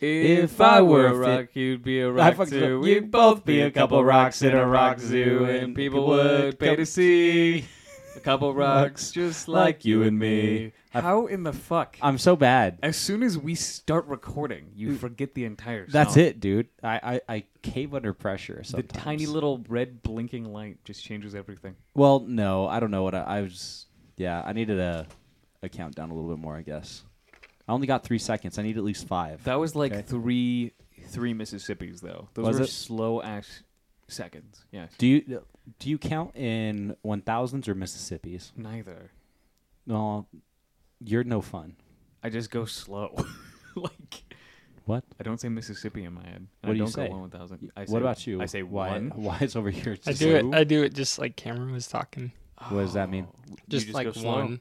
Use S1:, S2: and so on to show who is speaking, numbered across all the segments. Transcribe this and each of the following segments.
S1: If I were a rock, you'd be a rock
S2: fucked it
S1: too.
S2: up.
S1: We'd both be a couple rocks in a rock zoo, and people would pay to see a couple rocks just like you and me. How in the fuck?
S2: I'm so bad.
S1: As soon as we start recording, you forget the entire. Song.
S2: That's it, dude. I, I, I cave under pressure
S1: The
S2: sometimes.
S1: tiny little red blinking light just changes everything.
S2: Well, no, I don't know what I, I was. Yeah, I needed a, a countdown a little bit more, I guess. I only got three seconds. I need at least five.
S1: That was like
S2: Okay.
S1: three three Mississippis though. Those
S2: Was
S1: were
S2: it?
S1: slow ass seconds. Yes.
S2: do you do you count in one thousands or Mississippi's?
S1: Neither.
S2: No, you're no fun.
S1: I just go slow. like
S2: What?
S1: I don't say Mississippi in my head. and
S2: What
S1: I
S2: do you
S1: don't
S2: say?
S1: go one one thousand. I say,
S2: what about you?
S1: I say
S2: why?
S1: one.
S2: Why it's over here?
S3: I
S2: just
S3: do it.
S2: two?
S3: I do it just like Cameron was talking.
S2: What does that mean?
S1: Oh. You
S3: Just,
S1: go
S3: like
S1: slow.
S3: one,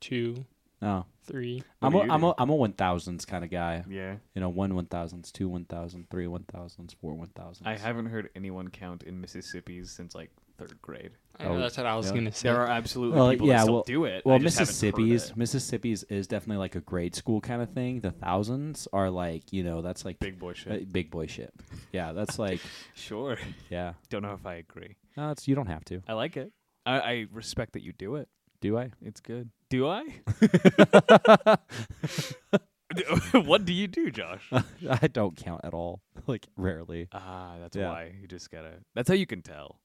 S3: two,
S2: No,
S3: three.
S1: What do
S2: oh. I'm a,
S1: you
S2: I'm
S1: do?
S2: a I'm a one thousands kind of guy.
S1: Yeah.
S2: You know, one one thousands, two one thousand, three one thousands, four one thousands.
S1: I haven't heard anyone count in Mississippi's since like third grade.
S3: I know
S2: Oh,
S3: that's what I was
S2: yeah.
S3: gonna say.
S1: There are absolutely
S2: Well,
S1: people
S2: yeah,
S1: that still
S2: well-
S1: do it.
S2: Well,
S1: I just haven't heard
S2: Mississippi's
S1: it.
S2: Mississippi's is definitely like a grade school kind of thing. The thousands are like you know that's like
S1: big boy shit.
S2: uh, big boy shit. Yeah, that's like
S1: sure.
S2: yeah.
S1: Don't know if I agree.
S2: No, it's you don't have to.
S1: I like it. I, I respect that you do it.
S2: Do I?
S1: It's good. Do I? what do you do, Josh?
S2: I don't count at all. Like rarely.
S1: Ah, that's
S2: Yeah.
S1: why you just gotta. That's how you can tell.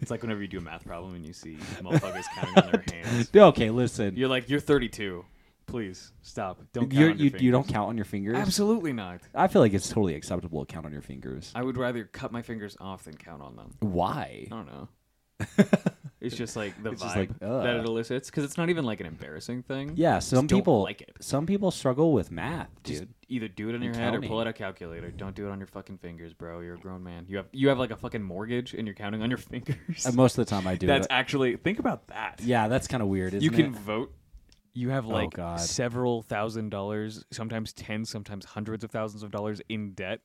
S1: it's like whenever you do a math problem and you see motherfuckers counting on their hands.
S2: Okay, listen.
S1: You're like, you're 32. Please stop. Don't count
S2: You're-
S1: on your
S2: you you don't
S1: fingers."
S2: count on your fingers.
S1: Absolutely not.
S2: I feel like it's totally acceptable to count on your fingers.
S1: I would rather cut my fingers off than count on them.
S2: Why?
S1: I don't know. it's just like the
S2: It's just like,
S1: vibe that
S2: ugh.
S1: it elicits because it's not even like an embarrassing thing.
S2: Yeah,
S1: Just
S2: some
S1: don't
S2: people
S1: like it.
S2: Some people struggle with math, dude.
S1: Just either do it in
S2: I'm
S1: your head or
S2: counting.
S1: pull out a calculator. Don't do it on your fucking fingers, bro. You're a grown man. You have you have like a fucking mortgage and you're counting on your fingers.
S2: Uh, most of the time, I do.
S1: That's
S2: but-
S1: actually think about that.
S2: yeah, that's kind of weird. Isn't
S1: you can
S2: It? Oh,
S1: vote. You have like
S2: God.
S1: several thousand dollars, sometimes tens, sometimes hundreds of thousands of dollars in debt,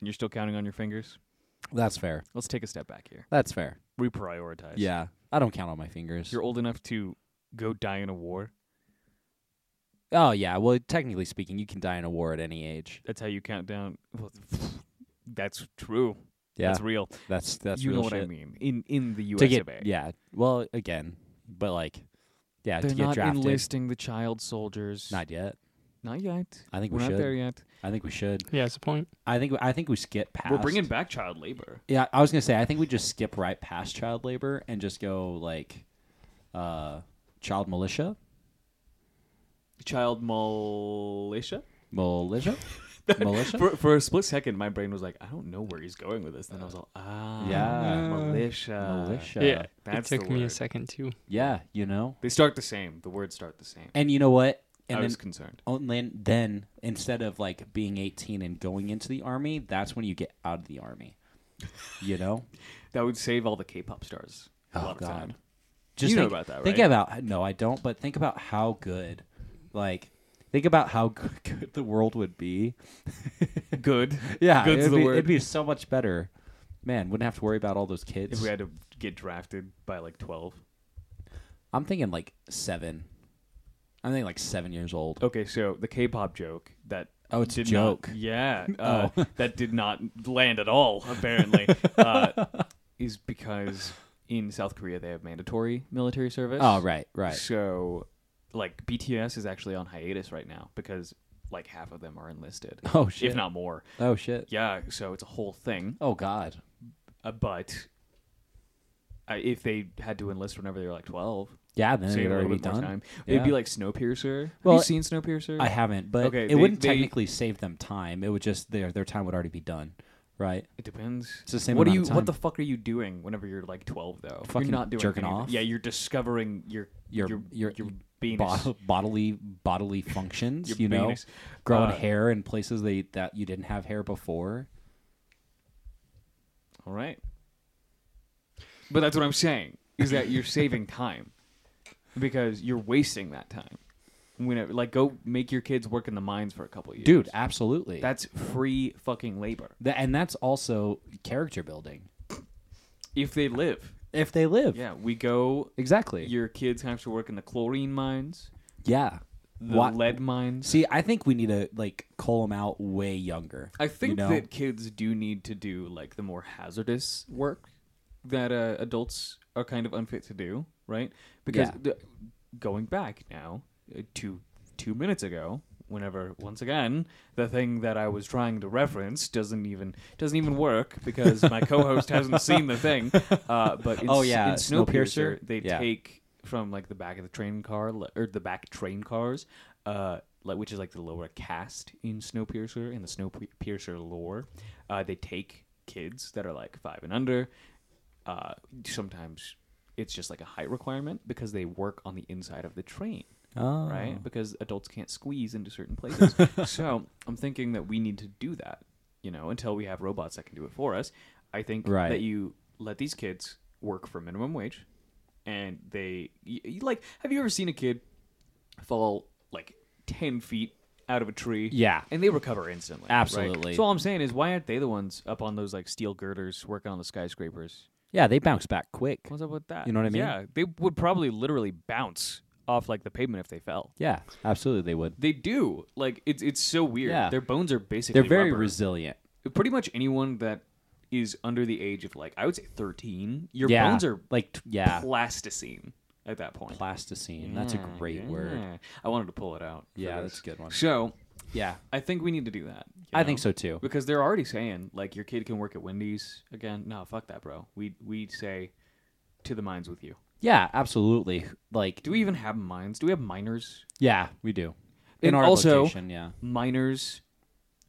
S1: and you're still counting on your fingers.
S2: That's fair.
S1: Let's take a step back here.
S2: That's fair.
S1: Reprioritize.
S2: Yeah, I don't count on my fingers.
S1: You're old enough to go die in a war.
S2: oh yeah, well, technically speaking, you can die in a war at any age.
S1: That's how you count down. Well, that's true.
S2: Yeah,
S1: That's real.
S2: that's that's
S1: you
S2: real
S1: know what I
S2: shit.
S1: mean. In in the US
S2: To get
S1: of A.
S2: yeah, well, again, but like, yeah,
S1: They're
S2: to get
S1: not
S2: drafted.
S1: enlisting the child soldiers.
S2: Not yet.
S1: Not yet.
S2: I think
S1: We're
S2: we
S1: not
S2: should.
S1: there yet.
S2: I think we should.
S3: Yeah, it's a point.
S2: I think I think we skip past.
S1: We're bringing back child labor.
S2: Yeah, I was gonna say I think we just skip right past child labor and just go like, uh, child militia,
S1: Child militia?
S2: militia, militia.
S1: For, for a split second, my brain was like, I don't know where he's going with this. Then I was like, ah,
S2: Yeah.
S1: militia.
S2: militia.
S3: yeah,
S1: that's the
S3: it took me a
S1: word.
S3: second too.
S2: Yeah, you know.
S1: They start the same. The words start the same.
S2: And you know what?
S1: I
S2: Oh, And then
S1: was concerned.
S2: only then instead of like being 18 and going into the army, that's when you get out of the army. You know?
S1: That would save all the K-pop stars. a
S2: Oh,
S1: lot of
S2: God.
S1: time.
S2: Just
S1: You know
S2: think,
S1: about that,
S2: Think
S1: right?
S2: about no, I don't, but think about how good like think about how good, good the world would be.
S1: Good.
S2: Yeah,
S1: Good's
S2: it'd
S1: the
S2: be,
S1: word.
S2: it'd be so much better. Man, wouldn't have to worry about all those kids.
S1: If we had to get drafted by like 12.
S2: I'm thinking like 7. I'm thinking like 7 years old.
S1: Okay, so the K-pop joke that
S2: Oh, it's a
S1: did
S2: joke. Oh.
S1: Not, yeah, uh, that did not land at all. Apparently, uh, is because in South Korea they have mandatory military service.
S2: Oh, right, right.
S1: So, like BTS is actually on hiatus right now because like half of them are enlisted,
S2: Oh shit.
S1: if not more.
S2: oh shit.
S1: Yeah, so it's a whole thing.
S2: Oh god.
S1: Uh, but uh, if they had to enlist whenever they were like twelve,
S2: Yeah, then
S1: so
S2: it'd
S1: you had a
S2: already
S1: little
S2: be
S1: bit more
S2: done.
S1: time. It'd be
S2: Yeah.
S1: like Snowpiercer. Have
S2: Well,
S1: you seen Snowpiercer?
S2: I haven't, but
S1: Mm-hmm. Okay,
S2: it
S1: they-
S2: wouldn't
S1: they-
S2: technically save them time. It would just their their time would already be done, right?
S1: It depends.
S2: It's the same
S1: What do you?
S2: amount of
S1: What
S2: time.
S1: the fuck are you doing whenever you're like 12 though?
S2: Fucking
S1: you're not doing
S2: jerking
S1: anything.
S2: off?
S1: Yeah, you're discovering your
S2: Your-
S1: your
S2: your-
S1: your penis.
S2: Bo- bodily bodily functions,
S1: Your
S2: you know,
S1: penis.
S2: growing
S1: Uh,
S2: hair in places they that you didn't have hair before.
S1: All right. But that's what I'm saying is that you're saving time because you're wasting that time. Whenever, like, go make your kids work in the mines for a couple years,
S2: Dude, absolutely.
S1: That's free fucking labor
S2: Tha- and that's also character building
S1: if they live.
S2: if they live.
S1: Yeah, we go.
S2: Exactly.
S1: Your kids have to work in the chlorine mines.
S2: yeah.
S1: the
S2: What-
S1: lead mines.
S2: See, I think we need to like call them out way younger.
S1: I think
S2: you know?
S1: that kids do need to do like the more hazardous work that uh, adults are kind of unfit to do, right? Because
S2: Yeah.
S1: the, going back now uh, to two minutes ago, whenever once again the thing that I was trying to reference doesn't even doesn't even work because my co-host hasn't seen the thing. Uh, but in,
S2: Oh,
S1: S-
S2: yeah,
S1: in Snowpiercer,
S2: Snowpiercer.
S1: they
S2: Yeah.
S1: take from like the back of the train car li- or the back train cars, uh, like which is like the lower caste in Snowpiercer in the Snowpiercer lore. Uh, they take kids that are like five and under. Uh, sometimes it's just like a height requirement because they work on the inside of the train
S2: oh.
S1: right? Because adults can't squeeze into certain places. so I'm thinking that we need to do that, you know, until we have robots that can do it for us. I think
S2: Right.
S1: that you let these kids work for minimum wage, and they y y- like. Have you ever seen a kid fall like ten feet out of a tree?
S2: Yeah.
S1: and they recover instantly. right?
S2: Absolutely.
S1: So all I'm saying is, why aren't they the ones up on those like steel girders working on the skyscrapers?
S2: Yeah, they bounce back quick.
S1: What's up with that?
S2: You know what I mean?
S1: Yeah, they would probably literally bounce off like the pavement if they fell.
S2: Yeah, absolutely, they would.
S1: They do. Like it's it's so weird.
S2: Yeah.
S1: Their bones are basically
S2: They're very
S1: rubber.
S2: resilient.
S1: pretty much anyone that is under the age of like I would say 13, your
S2: yeah,
S1: bones are
S2: like t- yeah,
S1: plasticine at that point.
S2: plasticine. That's a
S1: Yeah,
S2: great word.
S1: yeah. I wanted to pull it out. Mm, for
S2: Yeah,
S1: this.
S2: that's a good one.
S1: So,
S2: Yeah,
S1: I think we need to do that. you
S2: I think
S1: know?
S2: so too.
S1: Because they're already saying like your kid can work at Wendy's again. No, fuck that, bro. We we say to the mines with you.
S2: Yeah, absolutely. Like,
S1: Do we even have mines? Do we have miners?
S2: yeah, we do.
S1: And
S2: In our
S1: also-
S2: location, yeah.
S1: Miners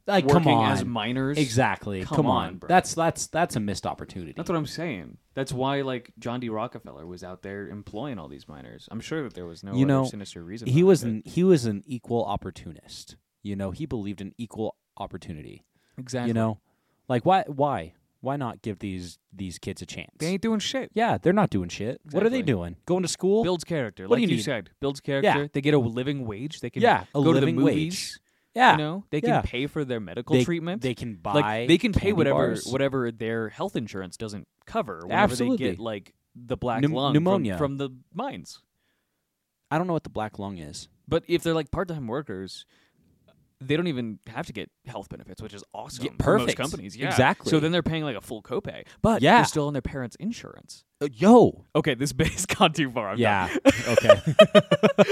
S2: Like,
S1: working
S2: come on,
S1: as miners?
S2: exactly.
S1: Come
S2: Come,
S1: on,
S2: on,
S1: bro.
S2: that's that's that's a missed opportunity.
S1: That's what I'm saying. That's why, like John D. Rockefeller was out there employing all these miners. I'm sure that there was no other
S2: You know,
S1: sinister reason.
S2: he
S1: behind
S2: was
S1: it.
S2: an he was an equal opportunist. You know, he believed in equal opportunity.
S1: exactly.
S2: You know, like why why why not give these these kids a chance?
S1: they ain't doing shit.
S2: yeah, they're not doing shit. What are they
S1: Exactly.
S2: doing? Going to school?
S1: Builds character,
S2: What do
S1: like
S2: you
S1: you,
S2: need?
S1: said. Builds character.
S2: Yeah. Mm-hmm.
S1: They get a living wage. They can
S2: Yeah, a
S1: go
S2: living
S1: to the
S2: wage.
S1: movies.
S2: yeah,
S1: You know, they can
S2: yeah.
S1: pay for their medical
S2: They-
S1: treatment.
S2: They can buy.
S1: like they can pay
S2: candy
S1: whatever
S2: bars.
S1: whatever their health insurance doesn't cover. Whenever they
S2: Absolutely.
S1: get like the black
S2: Pneum-
S1: lung from-
S2: pneumonia.
S1: from the mines.
S2: I don't know what the black lung is.
S1: But if they're like part-time workers, they don't even have to get health benefits, which is awesome. for Most
S2: perfect.
S1: companies, yeah.
S2: Exactly.
S1: So then they're paying like a full copay, but
S2: Yeah.
S1: they're still on their parents' insurance.
S2: Uh, yo.
S1: Okay, this base gone too far. I'm
S2: Yeah. okay.
S1: done.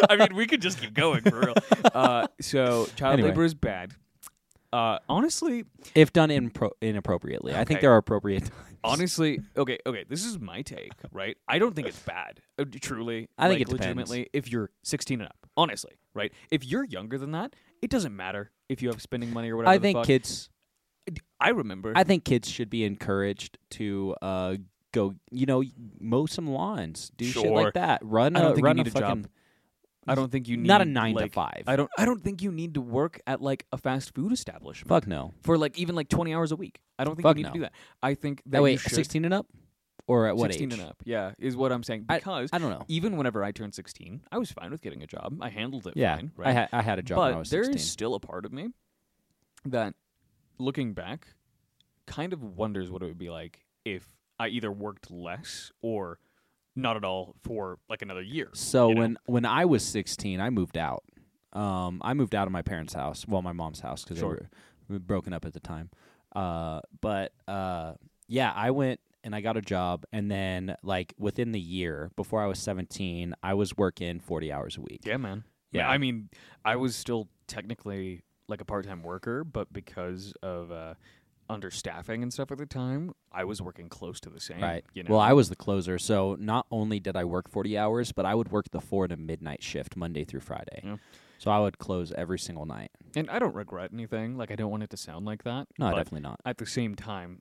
S1: I mean, we could just keep going for real. Uh, so child
S2: Anyway.
S1: labor is bad. Uh, honestly,
S2: If done impro- inappropriately, I
S1: Okay.
S2: think there are appropriate times.
S1: honestly, okay, okay. This is my take, right? I don't think it's bad. Uh, truly,
S2: I think
S1: like,
S2: it depends.
S1: legitimately, if you're 16 and up, honestly, right? If you're younger than that, it doesn't matter if you have spending money or whatever.
S2: I
S1: the
S2: think
S1: fuck.
S2: kids.
S1: I remember.
S2: I think kids should be encouraged to uh, go. You know, mow some lawns, do shit
S1: Sure.
S2: like that. Run.
S1: I don't
S2: a,
S1: think you
S2: run
S1: need a
S2: a fucking,
S1: job. I don't think you need
S2: Not a nine
S1: like-
S2: to five.
S1: I don't. I don't think you need to work at like a fast food establishment
S2: Fuck no.
S1: for like even like twenty hours a week. I don't think
S2: Fuck
S1: you need
S2: no.
S1: to do that. I think that
S2: That
S1: you
S2: wait,
S1: should,
S2: sixteen and up, or at what
S1: 16
S2: age?
S1: and up. Yeah, is what I'm saying.
S2: I-
S1: Because
S2: I don't know.
S1: even whenever I turned sixteen, I was fine with getting a job. I handled it
S2: Yeah,
S1: fine. Right?
S2: I, ha- I had a job
S1: but
S2: when I was
S1: there
S2: sixteen.
S1: is still a part of me that, looking back, kind of wonders what it would be like if I either worked less or not at all for like another year.
S2: So
S1: you know?
S2: when when I was 16, I moved out. Um, I moved out of my parents' house, well, my mom's house because
S1: Sure.
S2: they were- we were broken up at the time. Uh, but uh, yeah, I went and I got a job, and then like within the year before I was 17, I was working 40 hours a week.
S1: Yeah, man.
S2: Yeah.
S1: I mean, I was still technically like a part time worker, but because of uh, understaffing and stuff at the time, I was working close to the same.
S2: Right.
S1: You know?
S2: Well, I was the closer, so not only did I work 40 hours, but I would work the four to midnight shift Monday through Friday.
S1: Yeah.
S2: So I would close every single night.
S1: and I don't regret anything. Like, I don't want it to sound like that.
S2: No,
S1: but
S2: definitely not.
S1: at the same time,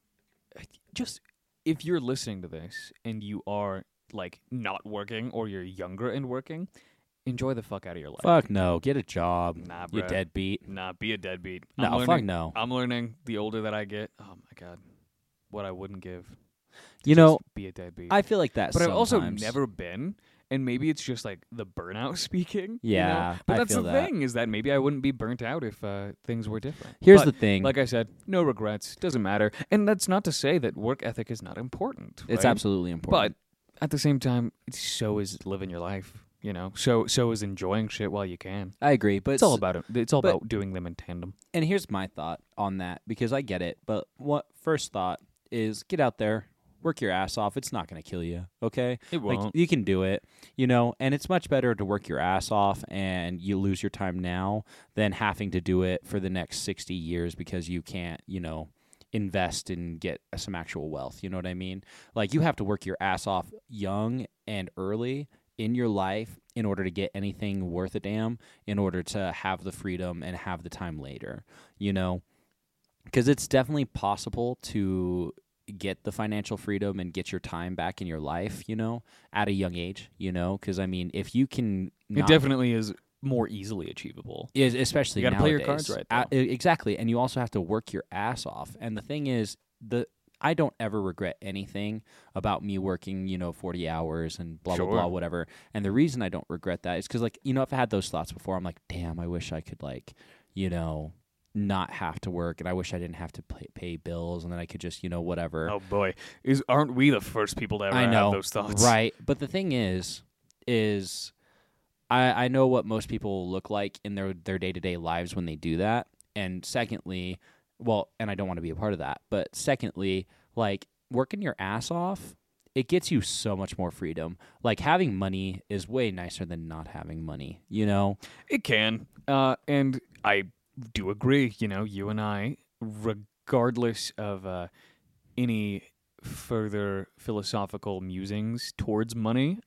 S1: I- just if you're listening to this and you are like not working or you're younger and working, enjoy the fuck out of your life.
S2: Fuck no, get a job.
S1: Nah,
S2: you
S1: bruh.
S2: deadbeat.
S1: Nah, be a deadbeat. I'm
S2: No,
S1: learning,
S2: fuck no.
S1: I'm learning the older that I get. Oh my god, what I wouldn't give. to
S2: You know,
S1: just be a deadbeat.
S2: I feel like that.
S1: but I've also
S2: sometimes.
S1: never been, and maybe it's just like the burnout speaking. you know?
S2: Yeah,
S1: but
S2: I
S1: that's
S2: feel
S1: the
S2: that.
S1: thing is that maybe I wouldn't be burnt out if uh, things were different.
S2: Here's
S1: But,
S2: the thing.
S1: like I said, no regrets. Doesn't matter, and that's not to say that work ethic is not important.
S2: it's
S1: right?
S2: absolutely important.
S1: But at the same time, so is living your life. You know, so so is enjoying shit while you can.
S2: I agree, but
S1: It's all about it. It's all
S2: but-
S1: about doing them in tandem.
S2: and here's my thought on that because I get it, but what first thought is get out there, work your ass off. It's not going to kill you, okay?
S1: It
S2: Like you can do it, you know, and it's much better to work your ass off and you lose your time now than having to do it for the next 60 years because you can't, you know, invest and get some actual wealth, you know what I mean? Like you have to work your ass off young and early in your life in order to get anything worth a damn in order to have the freedom and have the time later, you know? Cuz it's definitely possible to get the financial freedom and get your time back in your life, you know, at a young age, you know, because I mean, if you can,
S1: it
S2: not,
S1: definitely is more easily achievable.
S2: is especially
S1: You gotta play your
S2: nowadays.
S1: cards right,
S2: A- e- exactly, and you also have to work your ass off. And the thing is, the I don't ever regret anything about me working, you know, forty hours and blah blah
S1: Sure.
S2: blah, whatever. And the reason I don't regret that is because, like, you know, I've had those thoughts before. I'm like, damn, I wish I could, like, you know, not have to work, and I wish I didn't have to pay, pay bills, and then I could just, you know, whatever.
S1: Oh boy, is aren't we the first people to ever
S2: I know
S1: have those thoughts?
S2: Right. But the thing is, is I, I know what most people look like in their their day to day lives when they do that. And secondly, well, and I don't want to be a part of that. But secondly, like working your ass off, it gets you so much more freedom. Like having money is way nicer than not having money. You know.
S1: It can. Uh, and I do agree, you know, you and I, regardless of uh, any further philosophical musings towards money,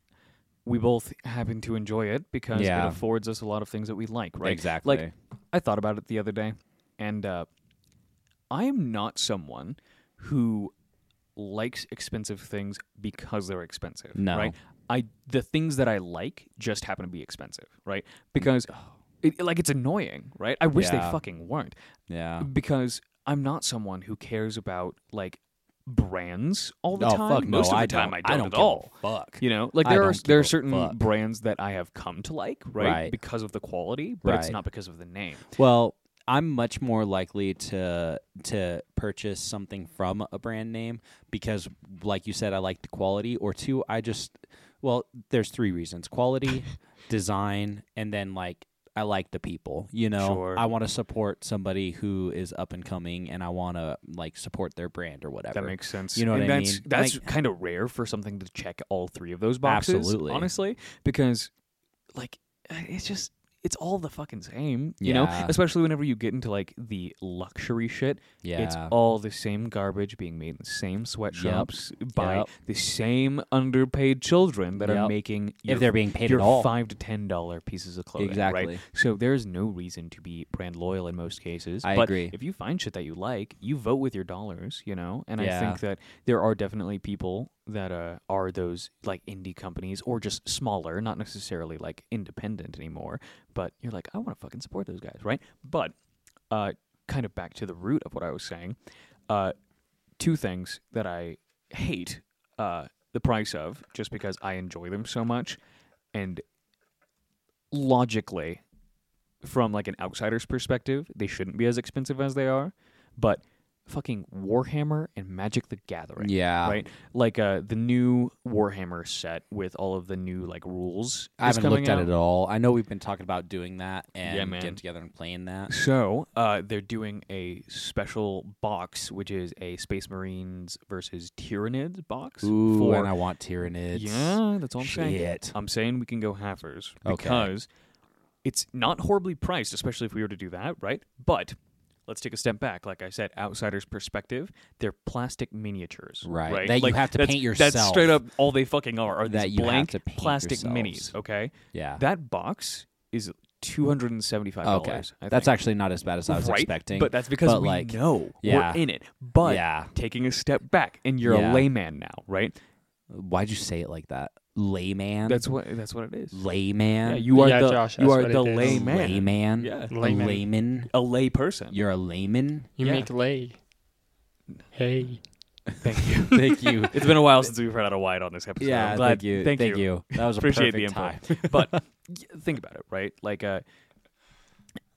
S1: we both happen to enjoy it because
S2: Yeah.
S1: it affords us a lot of things that we like, right?
S2: Exactly.
S1: Like, I thought about it the other day, and uh, I am not someone who likes expensive things because they're expensive.
S2: No.
S1: Right? I the things that I like just happen to be expensive,
S2: Mm.
S1: right? Because it, like it's annoying, right? I wish
S2: Yeah.
S1: they fucking weren't
S2: yeah.
S1: because I'm not someone who cares about like brands all the
S2: oh
S1: time.
S2: fuck no!
S1: Most of the
S2: I
S1: time,
S2: don't.
S1: I don't,
S2: don't
S1: at
S2: give a
S1: all.
S2: Fuck.
S1: You know, like
S2: I
S1: there
S2: don't
S1: are
S2: give
S1: there
S2: a
S1: are certain
S2: fuck.
S1: brands that I have come to like, right?
S2: Right.
S1: Because of the quality, but it's
S2: Right.
S1: not because of the name.
S2: Well, I'm much more likely to to purchase something from a brand name because like you said I like the quality or two I just well there's three reasons quality design and then like I like the people you know
S1: Sure.
S2: I want to support somebody who is up and coming and I want to like support their brand or whatever
S1: That makes sense.
S2: You know
S1: and
S2: what I
S1: that's,
S2: mean?
S1: That's
S2: Like-
S1: kind of rare for something to check all three of those boxes.
S2: Absolutely.
S1: Honestly, because like uh, it's just it's all the fucking same. You know,
S2: Yeah.
S1: especially whenever you get into like the luxury shit.
S2: yeah
S1: It's all the same garbage being made in the same sweatshops by
S2: Yep.
S1: the same underpaid children that are
S2: Yep.
S1: making your,
S2: if they're being paid
S1: your
S2: at all
S1: five to ten dollar pieces of clothing. Right?
S2: exactly
S1: So there's no reason to be brand loyal in most cases.
S2: I
S1: but
S2: agree.
S1: If you find shit that you like, you vote with your dollars, you know. And I
S2: Yeah.
S1: think that there are definitely people that uh, are those like indie companies or just smaller, not necessarily like independent anymore. But you're like, I want to fucking support those guys, right? But uh, kind of back to the root of what I was saying. Uh, two things that I hate uh, the price of, just because I enjoy them so much, and logically from like an outsider's perspective, they shouldn't be as expensive as they are, but fucking Warhammer and Magic the Gathering.
S2: yeah
S1: Right, like uh, the new Warhammer set with all of the new like rules.
S2: I
S1: is
S2: haven't
S1: coming
S2: looked at
S1: out.
S2: it at all I know we've been talking about doing that and
S1: man.
S2: getting together and playing that
S1: So uh, they're doing a special box, which is a Space Marines versus Tyranids box.
S2: Ooh,
S1: for
S2: and I want Tyranids.
S1: yeah, that's all I'm saying.
S2: Shit.
S1: I'm saying we can go halfers
S2: Okay.
S1: because it's not horribly priced, especially if we were to do that, right? But let's take a step back. Like I said, outsider's perspective, they're plastic miniatures,
S2: Right,
S1: right?
S2: that you
S1: Like,
S2: have to
S1: that's-
S2: paint
S1: That's
S2: yourself.
S1: straight up all they fucking are. Are
S2: That
S1: these
S2: you have
S1: blank
S2: to paint
S1: plastic
S2: yourselves.
S1: minis? Okay,
S2: Yeah.
S1: that box is two hundred and seventy-five dollars.
S2: okay. That's actually not as bad as I was
S1: right?
S2: expecting.
S1: But that's because
S2: but,
S1: we
S2: like,
S1: know
S2: yeah.
S1: we're in it. But
S2: yeah.
S1: taking a step back, and you're
S2: Yeah.
S1: a layman now, right?
S2: Why'd you say it like that? Layman.
S1: That's what that's what it is.
S2: layman.
S1: Yeah, you are
S3: Yeah,
S1: the
S3: Josh,
S1: you
S3: that's
S1: are
S3: what
S1: the
S3: it is.
S1: layman.
S2: layman.
S1: Yeah.
S2: A
S3: Layman.
S2: layman.
S1: A lay person.
S2: You're a layman.
S3: You
S1: Yeah.
S3: make lay. Hey.
S1: Thank you.
S2: Thank you.
S1: It's been a while since we've run out of wide on this episode.
S2: yeah.
S1: I'm glad.
S2: Thank you.
S1: Thank, you.
S2: That was a
S1: Appreciate the
S2: perfect time.
S1: input. but y- think about it, right? Like, uh,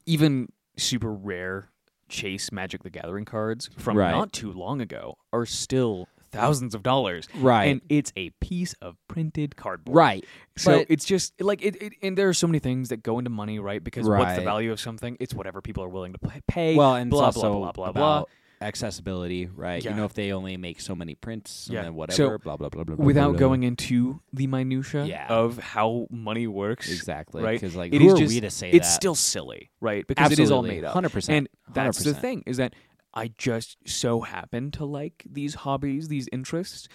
S1: even super rare Chase Magic the Gathering cards from
S2: Right.
S1: not too long ago are still thousands of dollars.
S2: Right.
S1: And it's a piece of printed cardboard.
S2: right.
S1: So
S2: But-
S1: it's just like it, it, and there are so many things that go into money, right? Because what's the
S2: Right.
S1: value of something? It's whatever people are willing to pay- pay.
S2: well, and
S1: blah
S2: it's also
S1: blah blah blah blah.
S2: about accessibility, right?
S1: Yeah.
S2: You know, if they only make so many prints,
S1: Yeah.
S2: and then
S1: So,
S2: whatever, blah blah blah blah. blah,
S1: Without
S2: blah,
S1: going into the minutia
S2: Yeah.
S1: of how money works,
S2: exactly,
S1: right?
S2: Because like,
S1: It
S2: who
S1: is
S2: are
S1: just-
S2: we to say
S1: it's
S2: that?
S1: still silly, right? Because it is all made up.
S2: Hundred percent.
S1: And that's the
S2: 100%.
S1: thing is that I just so happen to like these hobbies, these interests,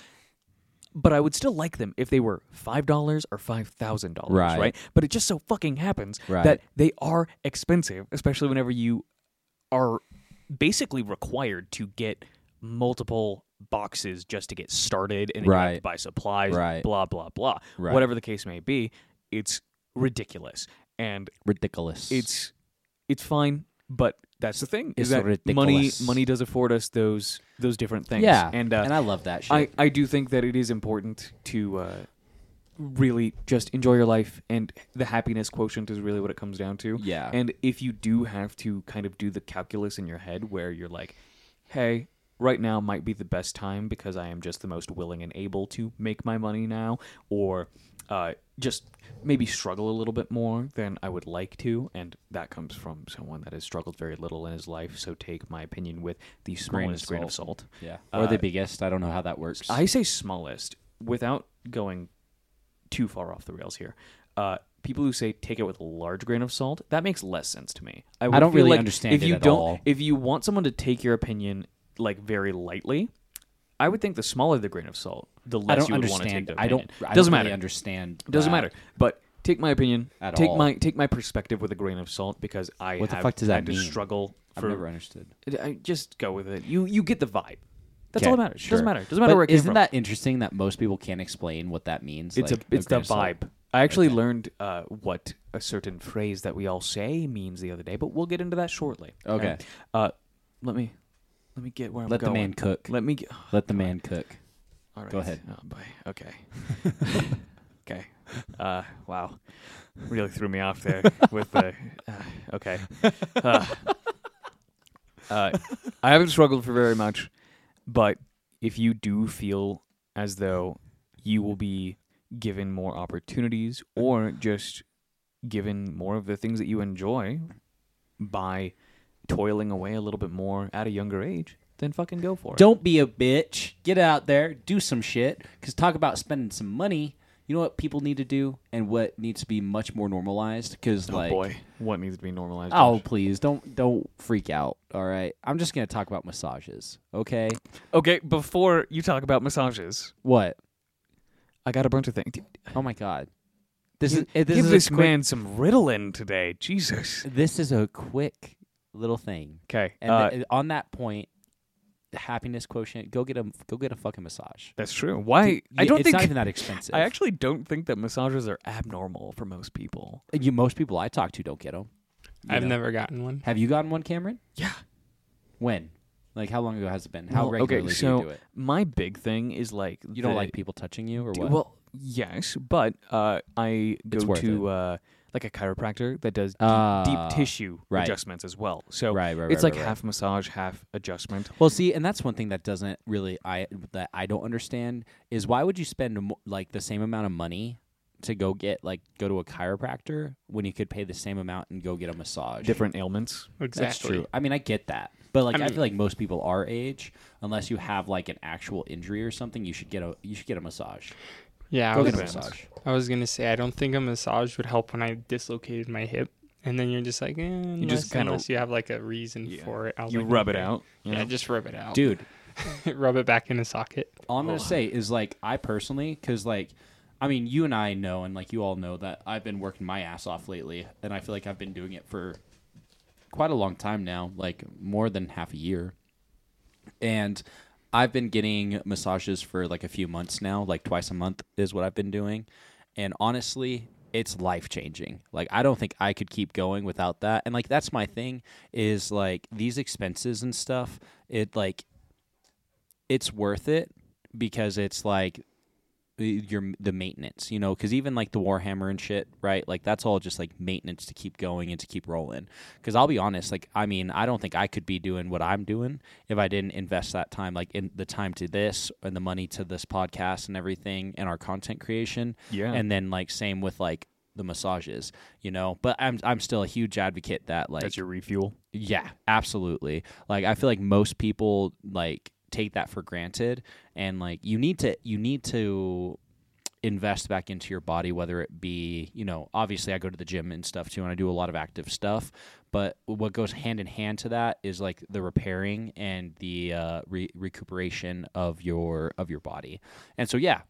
S1: but I would still like them if they were five dollars or five thousand dollars,
S2: Right.
S1: right? But it just so fucking happens
S2: Right.
S1: that they are expensive, especially whenever you are basically required to get multiple boxes just to get started and then you have to
S2: Right.
S1: buy supplies,
S2: Right.
S1: blah blah blah.
S2: Right.
S1: Whatever the case may be, it's ridiculous. And
S2: Ridiculous.
S1: it's it's fine, but that's the thing is
S2: It's
S1: that money
S2: ridiculous.
S1: money does afford us those those different things.
S2: yeah,
S1: and, uh,
S2: and I love that shit.
S1: I I do think that it is important to uh, really just enjoy your life, and the happiness quotient is really what it comes down to.
S2: Yeah.
S1: and if you do have to kind of do the calculus in your head where you're like, hey. Right now might be the best time because I am just the most willing and able to make my money now, or uh, just maybe struggle a little bit more than I would like to. And that comes from someone that has struggled very little in his life. So take my opinion with the
S2: Grain of
S1: smallest grain of salt.
S2: yeah, or
S1: uh,
S2: the biggest. I don't know how that works.
S1: I say smallest without going too far off the rails here. Uh, people who say take it with a large grain of salt that makes less sense to me. would
S2: don't
S1: feel
S2: really
S1: like
S2: understand
S1: if
S2: it
S1: you
S2: at
S1: don't.
S2: all.
S1: If you want someone to take your opinion like very lightly, I would think the smaller the grain of salt, the less
S2: I don't
S1: you would want to take.
S2: understand.
S1: The
S2: I don't.
S1: opinion.
S2: I
S1: Doesn't
S2: don't
S1: matter.
S2: Really understand.
S1: Doesn't
S2: that.
S1: matter. But take my opinion.
S2: At
S1: take
S2: all.
S1: my take my perspective with a grain of salt because I
S2: What the
S1: have
S2: fuck does that
S1: had to
S2: mean?
S1: struggle
S2: I've
S1: for.
S2: never understood.
S1: I- just go with it. You you get the vibe. That's all
S2: Okay,
S1: that matters.
S2: sure.
S1: Doesn't matter. Doesn't matter
S2: But
S1: where it came
S2: isn't
S1: from.
S2: that interesting that most people can't explain what that means?
S1: It's
S2: like,
S1: a it's the
S2: grain of salt?
S1: vibe. I actually learned uh, what a certain phrase that we all say means the other day, but we'll get into that shortly.
S2: Okay.
S1: Uh, let me let me get where I'm
S2: Let the
S1: going.
S2: man cook.
S1: Let me get.
S2: Let the man cook.
S1: All right.
S2: Go ahead.
S1: Oh boy. Okay. okay. Uh, wow. Really threw me off there with the. Uh, okay. Uh, uh, I haven't struggled for very much, but if you do feel as though you will be given more opportunities or just given more of the things that you enjoy by toiling away a little bit more at a younger age, then fucking go for it.
S2: Don't be a bitch. Get out there, do some shit. Because talk about spending some money. You know what people need to do, and what needs to be much more normalized. Because
S1: Oh
S2: like,
S1: boy, what needs to be normalized?
S2: oh
S1: Josh?
S2: please don't don't freak out. All right, I'm just gonna talk about massages. Okay,
S1: Okay, before you talk about massages,
S2: what?
S1: I got a bunch of things. Dude,
S2: Oh my god, this
S1: you-
S2: is eh, this
S1: give
S2: is
S1: this
S2: a quick,
S1: man some Ritalin today. Jesus.
S2: This is a quick little thing.
S1: Okay, uh,
S2: And th- on that point, the happiness quotient. Go get a go get a fucking massage.
S1: that's true. Why? I
S2: Yeah,
S1: don't
S2: it's
S1: think.
S2: not even that expensive.
S1: I actually don't think that massages are abnormal for most people.
S2: you, most people I talk to don't get them.
S3: I've never gotten one.
S2: Have you gotten one, Cameron?
S1: Yeah.
S2: When? Like how long ago has it been? How
S1: Well,
S2: regularly
S1: okay, so
S2: do you do it?
S1: my big thing is like
S2: You don't
S1: the-
S2: like people touching you or
S1: d-
S2: what?
S1: Well, yes, but uh, I
S2: It's
S1: go
S2: worth
S1: to uh, like a chiropractor that does deep,
S2: Ah,
S1: deep tissue
S2: right.
S1: adjustments as well. So
S2: right, right, right.
S1: it's like
S2: right, right.
S1: half massage, half adjustment.
S2: Well, see, and that's one thing that doesn't really I that I don't understand is why would you spend mo- like the same amount of money to go get like go to a chiropractor when you could pay the same amount and go get a massage?
S1: Different ailments.
S3: Exactly.
S2: That's true. I mean, I get that. But like
S3: I
S2: I,
S3: mean-
S2: feel like most people our age, unless you have like an actual injury or something, you should get a you should get a massage.
S3: Yeah, I
S2: Go
S3: was,
S2: get a
S1: depends.
S2: massage.
S3: I was gonna say I don't think a massage would help when I dislocated my hip, and then you're just like, eh, unless, you
S1: just kinda-
S3: unless you have like a reason
S1: Yeah.
S3: for it. I was
S1: You
S3: like,
S1: rub it
S3: okay.
S1: out. you
S3: Yeah,
S1: know?
S3: just rub it out.
S2: Dude,
S3: rub it back in the socket.
S2: all I'm gonna say is like I personally, because like, I mean, you and I know, and like you all know that I've been working my ass off lately, and I feel like I've been doing it for quite a long time now, like more than half a year, and I've been getting massages for like a few months now, like twice a month is what I've been doing, and honestly. It's life changing. Like I don't think I could keep going without that. And like that's my thing is like these expenses and stuff. It like it's worth it because it's like your the maintenance, you know, because even like the Warhammer and shit, right? Like that's all just like maintenance to keep going and to keep rolling. Because I'll be honest, like I mean, I don't think I could be doing what I'm doing if I didn't invest that time, like in the time to this and the money to this podcast and everything and our content creation.
S1: Yeah.
S2: And then like same with like the massages, you know. But I'm I'm still a huge advocate that like
S1: That's your refuel.
S2: yeah, absolutely. Like I feel like most people like take that for granted and like you need to you need to invest back into your body whether it be, you know, obviously I go to the gym and stuff too and I do a lot of active stuff, but what goes hand in hand to that is like the repairing and the uh, re- recuperation of your of your body. And so yeah,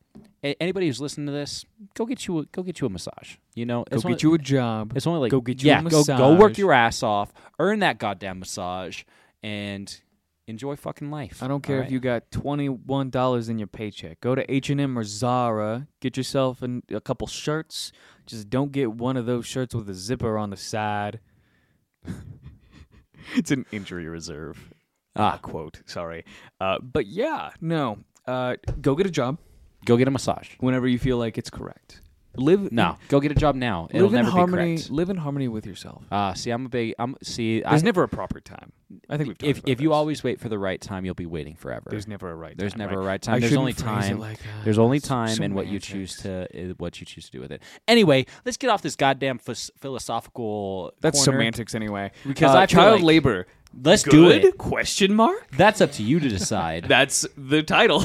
S2: a- anybody who's listening to this, go get you a, go get you a massage, you know.
S1: Go
S2: It's one-
S1: get you a job.
S2: it's only like
S1: Go get you a
S2: yeah, go go work
S1: massage.
S2: your ass off, earn that goddamn massage, and enjoy fucking life.
S1: I don't care if
S2: alright?
S1: you got twenty-one dollars in your paycheck. Go to H and M or Zara. Get yourself an, a couple shirts. Just don't get one of those shirts with a zipper on the side. it's an injury reserve. Ah, quote. Sorry, uh, but yeah, no. Uh, go get a job
S2: go get a massage.
S1: whenever you feel like it's correct. Live
S2: No, go get a job now.
S1: Live
S2: It'll
S1: in
S2: never
S1: harmony.
S2: be correct.
S1: Live in harmony with yourself.
S2: Uh, see, I'm a big. I'm see. I,
S1: There's never a proper time. I think we've talked
S2: if
S1: about
S2: if you
S1: this.
S2: always wait for the right time, you'll be waiting forever.
S1: there's never a right.
S2: There's
S1: time,
S2: never
S1: right?
S2: a right
S1: I
S2: time. There's
S1: shouldn't
S2: only
S1: phrase it
S2: time.
S1: like that.
S2: There's only
S1: That's so
S2: time and what you choose
S1: romantic.
S2: to uh, what you choose to do with it. Anyway, let's get off this goddamn phys- philosophical.
S1: That's
S2: corner.
S1: semantics anyway.
S2: Because
S1: Uh,
S2: I feel
S1: child
S2: like-
S1: labor.
S2: Let's
S1: good?
S2: do it.
S1: Question mark.
S2: That's up to you to decide.
S1: That's the title.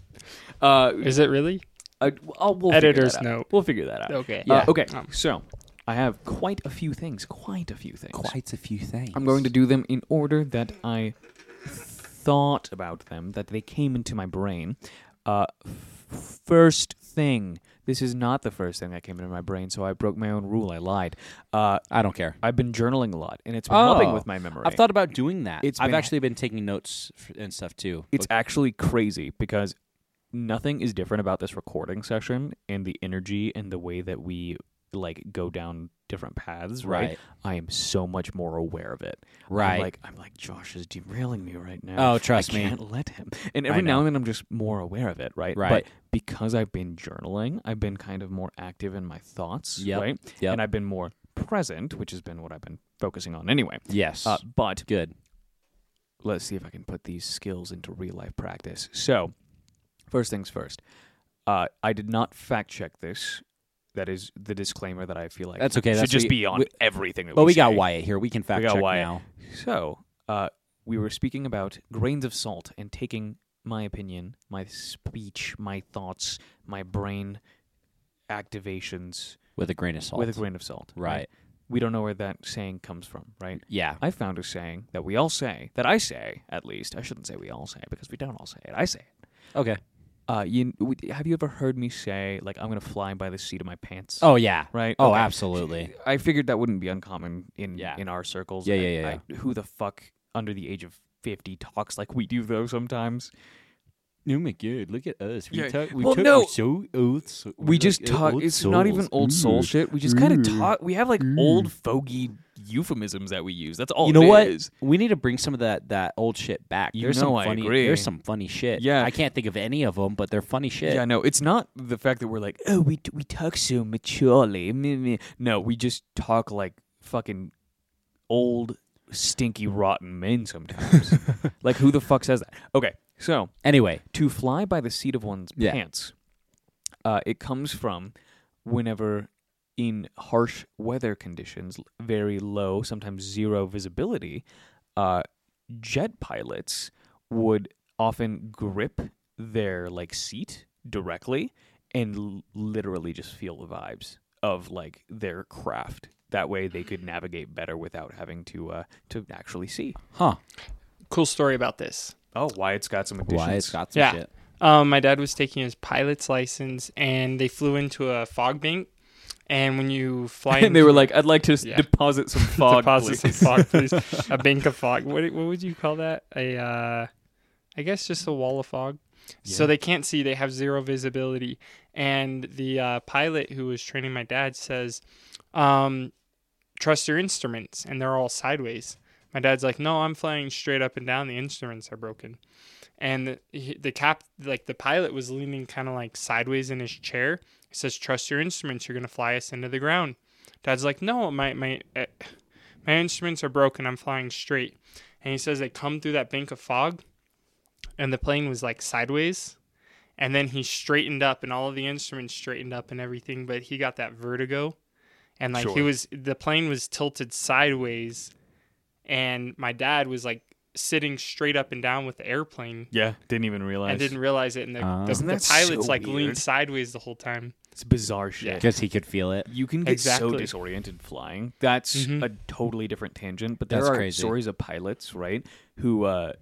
S1: uh,
S3: Is it really?
S1: I, I'll- we'll figure
S3: Editor's
S1: that out.
S3: note.
S1: We'll figure that out.
S3: Okay.
S1: Uh,
S2: Yeah.
S1: okay.
S3: Um.
S1: So I have quite a few things. Quite a few things.
S2: Quite a few things.
S1: I'm going to do them in order that I thought about them, that they came into my brain. Uh, f- first thing. This is not the first thing that came into my brain, so I broke my own rule. I lied. Uh,
S2: I don't care.
S1: I've been journaling a lot, and it's been
S2: Oh.
S1: helping with my memory.
S2: I've thought about doing that.
S1: It's
S2: I've
S1: been-
S2: actually been taking notes f- and stuff too.
S1: it's actually crazy because nothing is different about this recording session and the energy and the way that we like go down different paths right,
S2: Right.
S1: i am so much more aware of it I'm
S2: Right.
S1: like i'm like josh is derailing me right now
S2: Oh, trust
S1: I
S2: me.
S1: can't let him and every now
S2: know.
S1: and then i'm just more aware of it right but
S2: Right.
S1: because i've been journaling i've been kind of more active in my thoughts
S2: Yep.
S1: right
S2: Yep.
S1: and i've been more present which has been what i've been focusing on anyway
S2: yes.
S1: uh, but
S2: Good.
S1: let's see if I can put these skills into real life practice. So, first things first, uh, I did not fact check this. That is the disclaimer that I feel like
S2: That's okay,
S1: should
S2: that's
S1: just
S2: what you-
S1: be on
S2: we-
S1: everything. That
S2: But we got
S1: say.
S2: Wyatt here. We can fact
S1: got
S2: check
S1: Wyatt.
S2: now.
S1: So, uh, we were speaking about grains of salt and taking my opinion, my speech, my thoughts, my brain activations
S2: With a grain of salt.
S1: with a grain of salt.
S2: right.
S1: We don't know where that saying comes from, right?
S2: Yeah.
S1: I found a saying that we all say, that I say at least. I shouldn't say we all say it because we don't all say it. I say it.
S2: Okay.
S1: Uh, you we- have you ever heard me say like I'm gonna fly by the seat of my pants?
S2: Oh yeah.
S1: right.
S2: Oh,
S1: Okay.
S2: absolutely.
S1: I figured that wouldn't be uncommon in
S2: Yeah.
S1: in our circles.
S2: Yeah,
S1: and
S2: yeah, yeah,
S1: I- who the fuck under the age of fifty talks like we do though sometimes?
S2: Oh my god! Look at us.
S1: We Yeah. talk- we Well, talk- no. we're
S2: so old.
S1: We, just talk. It's not even uh, old Mm. soul shit. We just kind of talk. We have like old fogey euphemisms that we use. That's all.
S2: You know
S1: Oh, it
S2: what?
S1: is.
S2: We need to bring some of that that old shit back.
S1: You
S2: there's some
S1: know I
S2: funny.
S1: agree.
S2: There's some funny shit.
S1: Yeah.
S2: I can't think of any of them, but they're funny shit.
S1: Yeah, no, it's not the fact that we're like, oh, we we talk so maturely. meh, meh." No, we just talk like fucking old, stinky, rotten men sometimes. like, who the fuck says that? Okay, so
S2: Anyway.
S1: to fly by the seat of one's
S2: Yeah.
S1: pants, uh, it comes from whenever in harsh weather conditions, l- very low, sometimes zero visibility, uh, jet pilots would often grip their like seat directly and l- literally just feel the vibes of like their craft. That way, they could navigate better without having to uh, to actually see.
S2: Huh.
S3: Cool story about this.
S1: Oh, Wyatt's got some additions.
S2: Wyatt's got some
S3: Yeah.
S2: shit.
S3: Um, my dad was taking his pilot's license, and they flew into a fog bank. And when you fly,
S1: and they were like, "I'd like to s
S3: Yeah.
S1: deposit some fog,
S3: deposit
S1: please."
S3: some fog, please. a bank of fog. What what would you call that? A uh, I guess just a wall of fog. So
S1: Yeah.
S3: they can't see. They have zero visibility. And the uh, pilot who was training my dad says, um, "Trust your instruments," and they're all sideways. My dad's like, no, I'm flying straight up and down. The instruments are broken. And the, he- the cap, like the pilot was leaning kind of like sideways in his chair. He says, trust your instruments. You're going to fly us into the ground. Dad's like, no, my, my, eh, my instruments are broken. I'm flying straight. And he says, they come through that bank of fog and the plane was like sideways. And then he straightened up and all of the instruments straightened up and everything, but he got that vertigo. And like he
S1: Sure.
S3: was, the plane was tilted sideways and my dad was like sitting straight up and down with the airplane
S1: Yeah, didn't even realize.
S3: and didn't realize it. And the,
S2: Ah.
S3: the,
S1: Isn't
S3: the
S1: that
S3: pilot's
S1: so
S3: like
S1: weird?
S3: leaned sideways the whole time.
S1: It's bizarre shit.
S2: because he could feel it.
S1: You can get so
S3: Exactly.
S1: disoriented flying. That's
S3: Mhm.
S1: a totally different tangent. But there
S2: That's
S1: are
S2: crazy.
S1: stories of pilots, right? Who uh,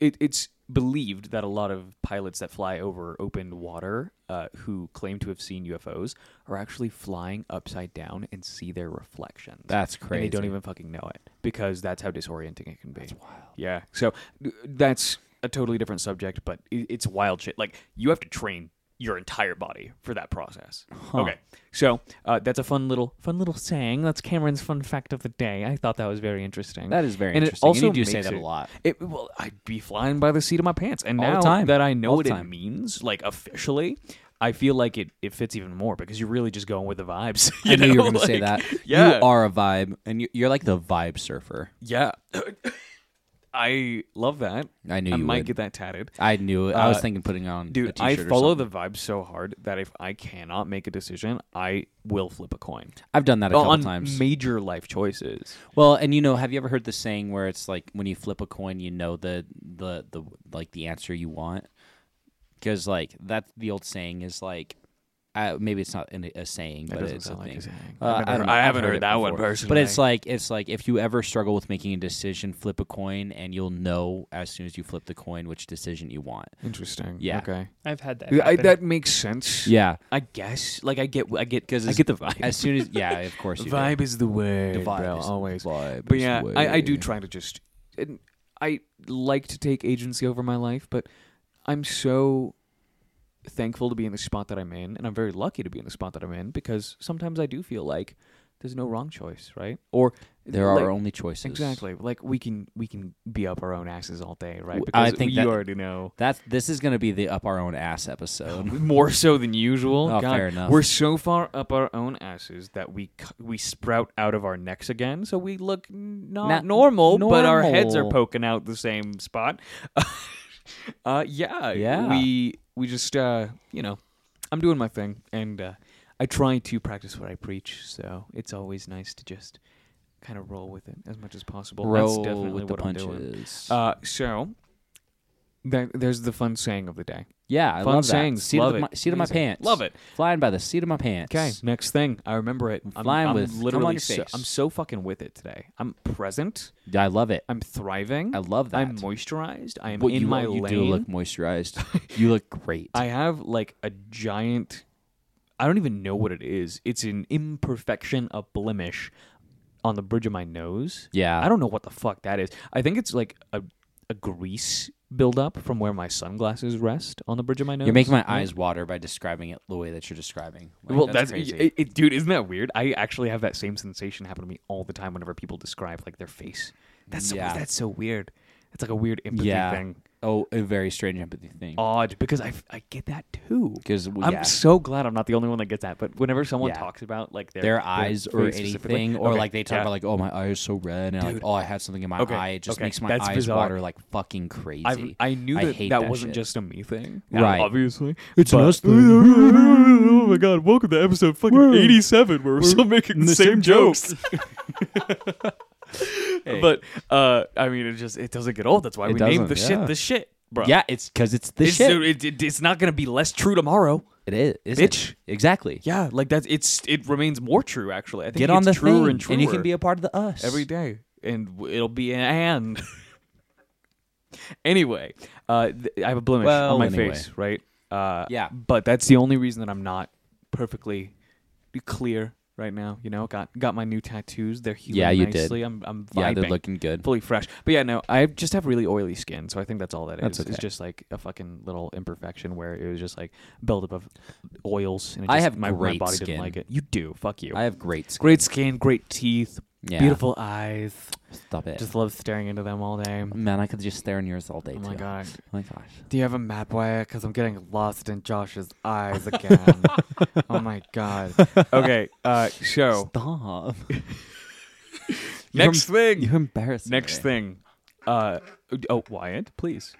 S1: it, it's believed that a lot of pilots that fly over open water, uh, who claim to have seen UFOs, are actually flying upside down and see their reflections.
S2: That's
S1: and
S2: crazy.
S1: they don't even fucking know it because that's how disorienting it can be. That's wild. Yeah. So th- that's a totally different subject, but i- it's wild shit. Like you have to train your entire body for that process. Okay. So uh, that's a fun little fun little saying. That's Cameron's fun fact of the day. I thought that was very interesting.
S2: That is very
S1: And it
S2: interesting.
S1: also
S2: and you do say
S1: makes
S2: that a
S1: it-
S2: lot.
S1: It, well, I'd be flying by the seat of my pants, and
S2: All the
S1: now
S2: time.
S1: that I know
S2: All
S1: what
S2: the
S1: it
S2: time.
S1: means, like officially, I feel like it, it fits even more because you're really just going with the vibes.
S2: I knew you were
S1: know?
S2: going to say
S1: Like,
S2: that.
S1: Yeah,
S2: You are a vibe, and you- you're like the vibe surfer.
S1: yeah. I love that.
S2: I knew
S1: I
S2: you
S1: might
S2: would.
S1: get that tatted.
S2: I knew it. I was
S1: Uh,
S2: thinking putting on a
S1: Dude, I
S2: t-shirt or
S1: follow
S2: something.
S1: the vibe so hard that if I cannot make a decision, I will flip a coin
S2: I've done that a couple
S1: on
S2: times.
S1: major life choices.
S2: Well, and you know, have you ever heard the saying where it's like when you flip a coin, you know the the the like the answer you want? Because like that the old saying is like, uh, maybe it's not an, a saying, but
S1: doesn't
S2: it's a
S1: sound like
S2: thing.
S1: a saying.
S2: Uh,
S1: I've never
S2: I, don't
S1: heard-
S2: know.
S1: I
S2: I've
S1: haven't heard
S2: it
S1: that one
S2: before. But
S1: personally.
S2: it's like it's like if you ever struggle with making a decision, flip a coin, and you'll know as soon as you flip the coin which decision you want.
S1: Interesting.
S2: Yeah.
S1: Okay.
S3: I've had that.
S1: I,
S3: happen.
S1: that makes sense.
S2: Yeah,
S1: I guess. Like I get. I get.
S2: 'Cause
S1: I
S2: it's-
S1: get the vibe.
S2: as soon as yeah, of course you do.
S1: vibe is the word,
S2: The vibe
S1: bro.
S2: is-
S1: Always.
S2: Vibe
S1: But
S2: is
S1: yeah,
S2: the
S1: I, I do
S2: way.
S1: try to just. and I like to take agency over my life, but I'm so thankful to be in the spot that I'm in, and I'm very lucky to be in the spot that I'm in because sometimes I do feel like there's no wrong choice, right? Or
S2: There are
S1: like-
S2: only choices.
S1: exactly like we can we can be up our own asses all day, right?
S2: W- I
S1: Because
S2: think
S1: you
S2: that-
S1: already know.
S2: That's this is going to be the up our own ass episode.
S1: More so than usual.
S2: Oh,
S1: God,
S2: fair enough.
S1: We're so far up our own asses that we c- we sprout out of our necks again, so we look n- not
S2: Not
S1: normal, but our heads are
S2: normal.
S1: poking out the same spot. uh, yeah,
S2: Yeah.
S1: We we just uh, you know, I'm doing my thing, and uh, I try to practice what I preach. So it's always nice to just kind of roll with it as much as possible. That's
S2: Roll
S1: definitely
S2: with the
S1: what I'm doing.
S2: punches.
S1: Uh, so. That, there's the fun saying of the day.
S2: yeah, I
S1: fun
S2: love that.
S1: sayings.
S2: Seat
S1: Love
S2: of the,
S1: it.
S2: my, seat of my
S1: Amazing.
S2: pants.
S1: Love it.
S2: Flying by the seat of my pants.
S1: Okay, next thing. I remember it. I'm,
S2: Flying
S1: I'm
S2: with- come on
S1: literally
S2: your
S1: so-
S2: face.
S1: I'm so fucking with it today. I'm present.
S2: I love it.
S1: I'm thriving.
S2: I love that.
S1: I'm moisturized. I am
S2: Well,
S1: in
S2: you,
S1: my
S2: you
S1: lane.
S2: do look moisturized. you look great.
S1: I have like a giant. I don't even know what it is. It's an imperfection, a blemish on the bridge of my nose.
S2: yeah.
S1: I don't know what the fuck that is. I think it's like a, a grease buildup from where my sunglasses rest on the bridge of my nose.
S2: You're making my
S1: eyes.
S2: eyes water by describing it the way that you're describing. Like,
S1: well, that's,
S2: crazy.
S1: It, it- dude. Isn't that weird? I actually have that same sensation happen to me all the time whenever people describe like their face. That's so,
S2: Yeah.
S1: that's so weird. It's like a weird empathy
S2: yeah.
S1: thing.
S2: Oh, a very strange empathy thing.
S1: Odd because I I get that too.
S2: Because
S1: I'm
S2: yeah,
S1: so glad I'm not the only one that gets that. But whenever someone
S2: Yeah.
S1: talks about like their,
S2: their eyes or
S1: face specifically-
S2: anything, or
S1: Okay,
S2: like they talk
S1: yeah.
S2: about like, oh, my eye is so red, and like,
S1: Dude.
S2: oh, I have something in my
S1: Okay,
S2: eye. It just
S1: okay,
S2: makes my
S1: that's
S2: eyes
S1: bizarre.
S2: water like fucking crazy.
S1: I've, I knew
S2: I
S1: that
S2: hate
S1: that,
S2: that
S1: wasn't
S2: shit.
S1: just a me thing,
S2: Right.
S1: Obviously,
S2: It's an
S1: but-
S2: us thing.
S1: Oh my god! Welcome to episode fucking
S2: We're-
S1: eighty-seven, where we're, still making the same, jokes. But uh, I mean, it just it doesn't get old. That's why
S2: It
S1: we named the
S2: doesn't, yeah.
S1: shit the shit, bro.
S2: yeah, it's because it's the
S1: it's,
S2: shit.
S1: It, it- it's not gonna be less true tomorrow.
S2: It is, is
S1: Bitch.
S2: It? Exactly.
S1: Yeah, like that's it's it remains more true actually. I think
S2: Get
S1: it
S2: on the
S1: gets truer
S2: thing,
S1: and truer
S2: you can be a part of the us
S1: every day, and w- it'll be an and. anyway, uh, th- I have a blemish
S2: Well,
S1: on my
S2: anyway.
S1: face, right? Uh,
S2: Yeah.
S1: but that's the only reason that I'm not perfectly clear right now. You know, got got my new tattoos. They're healing
S2: Yeah, you did.
S1: nicely. I'm I'm vibing
S2: Yeah, they're looking good.
S1: fully fresh. But yeah, no, I just have really oily skin, so I think that's all that is.
S2: That's okay.
S1: It's just like a fucking little imperfection where it was just like buildup of oils. And it
S2: I
S1: just-
S2: have
S1: my, my
S2: great
S1: body
S2: skin.
S1: didn't like it. You do, fuck you.
S2: I have great skin.
S1: great skin, great teeth,
S2: Yeah.
S1: Beautiful eyes.
S2: Stop it.
S1: Just love staring into them all day.
S2: Man, I could just stare in yours all day.
S1: Oh my
S2: too.
S1: god.
S2: Oh my gosh.
S1: Do you have a map wire? Because I'm getting lost in Josh's eyes again. oh my god. Okay, uh, show.
S2: Stop. You're
S1: Next thing.
S2: You're embarrassing.
S1: Next
S2: me.
S1: thing. Uh, oh, Wyatt, please.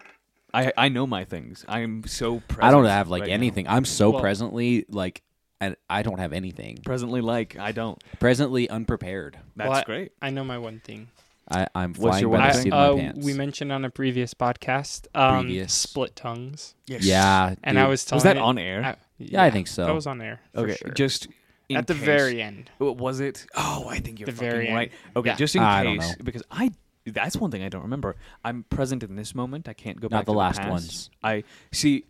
S1: I I know my things. I'm so present.
S2: I don't have like
S1: right now.
S2: anything. I'm so
S3: Well-
S2: presently like I, I don't have anything.
S1: Presently, like I don't.
S2: Presently unprepared.
S1: That's
S3: Well, I-
S1: great.
S3: I know my one thing.
S2: I, I'm
S1: What's
S2: flying
S1: your
S2: by
S1: one
S2: the
S1: thing?
S2: seat
S3: uh,
S2: of my pants.
S3: We mentioned on a previous podcast um,
S2: Previous.
S3: split tongues,
S1: Yes.
S2: yeah,
S3: and
S2: dude.
S3: I was telling
S1: Was that
S3: it-
S1: on air?
S3: I-
S2: Yeah, I think so.
S3: That was on air. for
S1: okay.
S3: sure.
S1: Just in
S3: at the
S1: case-
S3: very end.
S1: What was it? Oh, I think you're
S3: The
S1: fucking
S3: very end.
S1: right. Okay,
S3: Yeah.
S1: just in
S2: I don't
S1: case, because I that's one thing I don't remember. I'm present in this moment. I can't go
S2: Not
S1: back
S2: the
S1: to
S2: last
S1: the past.
S2: ones.
S1: I see.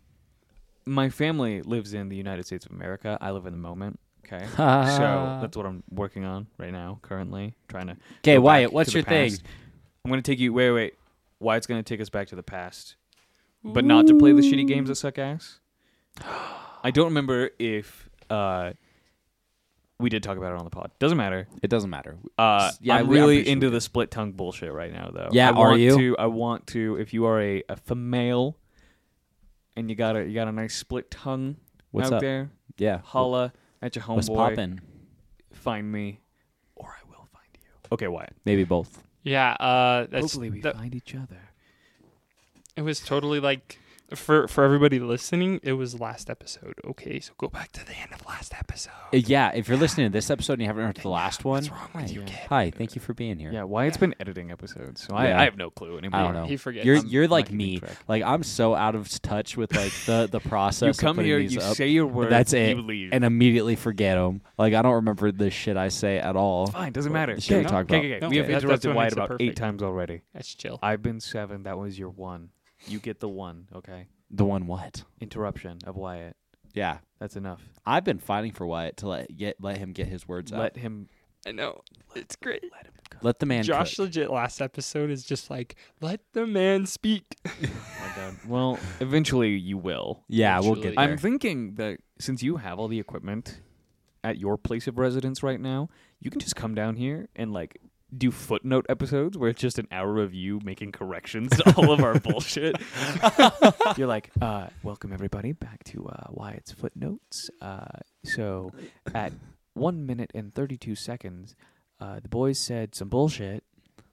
S1: My family lives in the United States of America. I live in the moment. Okay,
S2: Ah.
S1: so that's what I'm working on right now, currently trying to.
S2: Okay,
S1: go back
S2: Wyatt,
S1: to
S2: what's
S1: the
S2: your thing?
S1: past. I'm gonna take you. Wait, wait. Wyatt's gonna take us back to the past, but not to play the shitty games that suck ass. I don't remember if uh, we did talk about it on the pod. Doesn't matter.
S2: It doesn't matter.
S1: Uh,
S2: S- yeah,
S1: I'm
S2: we- I'm
S1: really
S2: pretty sure
S1: into
S2: we
S1: the split tongue bullshit right now, though.
S2: Yeah,
S1: I
S2: are
S1: want
S2: you?
S1: To, I want to. If you are a, a female, and you got a you got a nice split tongue
S2: What's
S1: out
S2: up?
S1: there,
S2: Yeah.
S1: holla at your
S2: What's
S1: homeboy.
S2: poppin'?
S1: Find me, or I will find you. Okay, Wyatt.
S2: Maybe both.
S3: Yeah, uh, that's
S1: Hopefully we
S3: that-
S1: find each other.
S3: it was totally like for for everybody listening. It was last episode. Okay, so go back to the end of last episode.
S2: Uh, Yeah, if you're listening to this episode and you haven't heard the last one,
S3: What's wrong with you,
S1: yeah.
S3: kid?
S2: hi, thank you for being here.
S1: Yeah, Wyatt's been editing episodes, so I,
S2: Yeah.
S1: I have no clue anymore.
S2: I don't know.
S3: He forgets.
S2: You're
S1: I'm
S2: you're like
S1: not keeping
S2: me.
S1: track.
S2: Like I'm so out of touch with like the the process.
S1: You
S2: of
S1: come
S2: putting
S1: here,
S2: these
S1: you
S2: up,
S1: say your
S2: and
S1: word,
S2: that's it,
S1: you leave.
S2: and uh, immediately forget them. Like I don't remember the shit I say at all.
S1: Fine, doesn't
S2: Well,
S1: matter.
S2: shit we
S1: Okay,
S2: talk
S1: okay,
S2: about.
S1: okay,
S3: No,
S1: we have
S3: that- that's
S1: interrupted
S3: what
S1: Wyatt
S3: makes it
S1: about eight
S3: perfect.
S1: times already.
S3: That's chill.
S1: I've been seven. That was your one. You get the one. Okay.
S2: The one what?
S1: Interruption of Wyatt.
S2: Yeah,
S1: That's enough.
S2: I've been fighting for Wyatt to let get let him get his words out.
S1: Let him.
S3: I know it's great.
S2: Let the man.
S3: Josh
S2: cook.
S3: legit last episode is just like let the man speak.
S1: my God. Well, eventually you will.
S2: Yeah, we'll get
S3: Actually-
S2: there.
S1: I'm thinking that since you have all the equipment at your place of residence right now, you can just come down here and like do footnote episodes where it's just an hour of you making corrections to all of our bullshit. You're like, uh, welcome everybody back to uh, Wyatt's footnotes. Uh, so at one minute and 32 seconds, uh, the boys said some bullshit.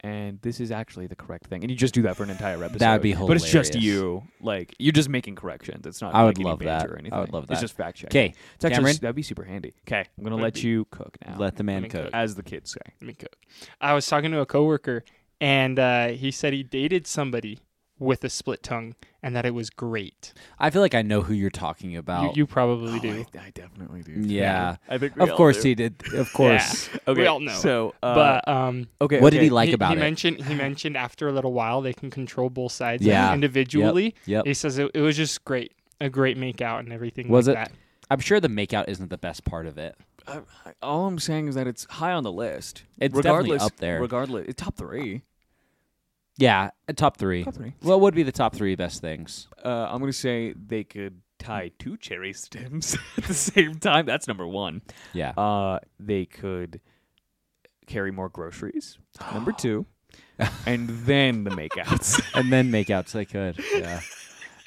S1: And this is actually the correct thing, and you just do that for an entire episode.
S2: be
S1: but it's just
S2: hilarious.
S1: you. Like you're just making corrections. It's not.
S2: I would
S1: like, any
S2: love
S1: banter
S2: that.
S1: Or
S2: I
S1: anything.
S2: would love
S1: It's
S2: that.
S1: just fact checking.
S2: Okay,
S1: It's actually
S2: Cameron?
S1: that'd be super handy. Okay, I'm gonna
S3: Would
S1: let
S3: be.
S1: you cook now,
S2: let the man
S3: me
S2: cook.
S3: cook.
S1: as the kids say.
S3: Let me cook. I was talking to a coworker, and uh, he said he dated somebody with a split tongue, and that it was great.
S2: I feel like I know who you're talking
S3: You,
S2: about.
S3: you probably
S2: Oh,
S3: do.
S1: I, I definitely do.
S2: yeah,
S1: I think we
S2: of
S1: all
S2: course
S1: do.
S2: he did. Of course.
S1: Okay,
S3: We all know.
S1: So, uh,
S3: but um,
S1: okay,
S2: What did he
S1: okay.
S2: like
S3: he,
S2: about
S3: he
S2: it?
S3: mentioned he mentioned after a little while they can control both sides
S2: Yeah. Yep.
S3: individually.
S2: Yep.
S3: He says it, it was just great, a great make out and everything.
S2: Was
S3: like
S2: it?
S3: That.
S2: I'm sure the makeout isn't the best part of it.
S1: I- I- all I'm saying is that it's high on the list.
S2: It's definitely
S1: regardless,
S2: up there.
S1: Regardless, it's top three.
S2: Yeah, a top three.
S1: Top three.
S2: What would be the top three best things?
S1: Uh, I'm gonna say they could tie two cherry stems at the same time. That's number one.
S2: Yeah.
S1: Uh, they could carry more groceries. Number two, and then the makeouts.
S2: and then makeouts they could. Yeah.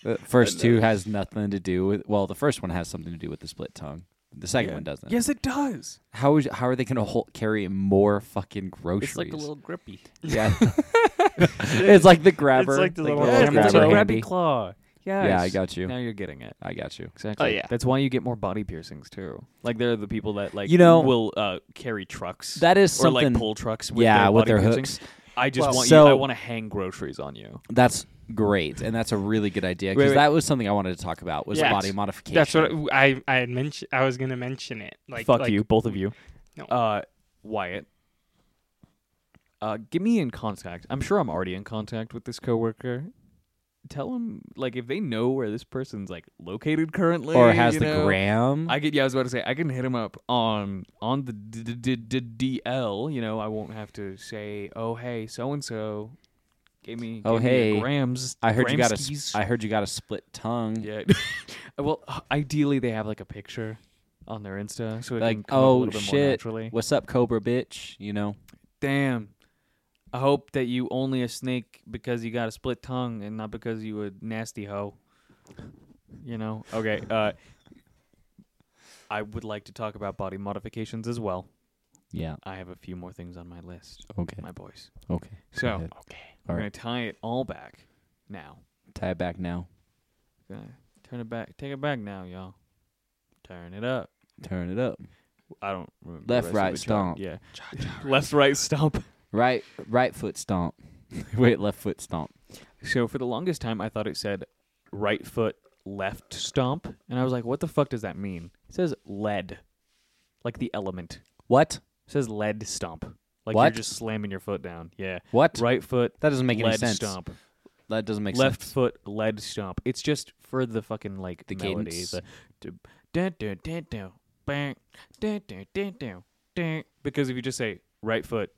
S2: The first two has nothing to do with. Well, the first one has something to do with the split tongue. The second
S1: Yeah.
S2: one doesn't.
S1: yes, it does.
S2: How is, how are they going to hold, carry more fucking groceries?
S1: It's like a little grippy.
S2: yeah. it's like the grabber.
S3: It's like the little
S2: the
S1: Yeah,
S3: Yeah,
S1: it's like
S3: it's like
S1: a
S3: grabber
S1: Oh, grabby
S2: handy.
S1: claw. Yes.
S2: Yeah, I got you.
S1: Now you're getting it.
S2: I got you.
S1: Exactly.
S3: Oh, yeah.
S1: That's why you get more body piercings too. Like they're the people that like
S2: You know-
S1: will uh, carry trucks.
S2: That is
S1: or
S2: something.
S1: like pull trucks. With
S2: yeah,
S1: their
S2: with
S1: body
S2: their
S1: piercings. I just
S2: Well,
S1: want
S2: so-
S1: you. I want to hang groceries on you.
S2: that's great, and that's a really good idea
S1: Wait,
S2: because
S1: wait.
S2: that was something I wanted to talk about was
S3: Yeah.
S2: body modification.
S3: That's what I I had mentioned. I was gonna mention it. Like
S1: Fuck
S3: like-
S1: you, both of you.
S3: No.
S1: Uh, Wyatt. Uh, get me in contact. I'm sure I'm already in contact with this coworker. Tell him like if they know where this person's like located currently
S2: or has
S1: you
S2: the
S1: know?
S2: gram.
S1: I could, yeah, I was about to say I can hit him up on on the d- d- d- d- DL. You know, I won't have to say, "Oh hey, so and so, give me
S2: Oh,
S1: give me your
S2: hey,
S1: grams."
S2: I heard you got a.
S1: Gramskis."
S2: s- I heard you got a split tongue.
S1: yeah. well, h- ideally they have like a picture on their Insta, so it can
S2: like,
S1: come up a
S2: oh
S1: little bit more
S2: shit,
S1: naturally.
S2: what's up, Cobra bitch? You know,
S1: damn. I hope that you only a snake because you got a split tongue and not because you a nasty hoe. You know? Okay. Uh, I would like to talk about body modifications as well.
S2: Yeah.
S1: I have a few more things on my list,
S2: Okay.
S1: my boys.
S2: Okay.
S1: So,
S2: ahead.
S1: okay.
S2: All
S1: We're
S2: right.
S1: going to tie it all back now.
S2: Tie it back now.
S1: Gonna turn it back. Take it back now, y'all. Turn it up.
S2: Turn it up.
S1: I don't remember. the rest
S2: Left,
S1: of
S2: right,
S1: the chart.
S2: stomp.
S1: Yeah. Left, right, stomp.
S2: Right right foot stomp. Wait, left foot stomp.
S1: So for the longest time, I thought it said right foot, left stomp, and I was like, "What the fuck does that mean?" It says lead, like the element.
S2: What?
S1: It says lead stomp, like you're
S2: What?
S1: just slamming your foot down. Yeah,
S2: What?
S1: right foot,
S2: That doesn't make any
S1: lead
S2: sense.
S1: stomp,
S2: That doesn't make
S1: left
S2: sense.
S1: foot, lead stomp. It's just for the fucking like
S2: The
S1: melody,
S2: cadence.
S1: the du- dun dun dun dun bang, dun dun dun dun dun. Because if you just say right foot,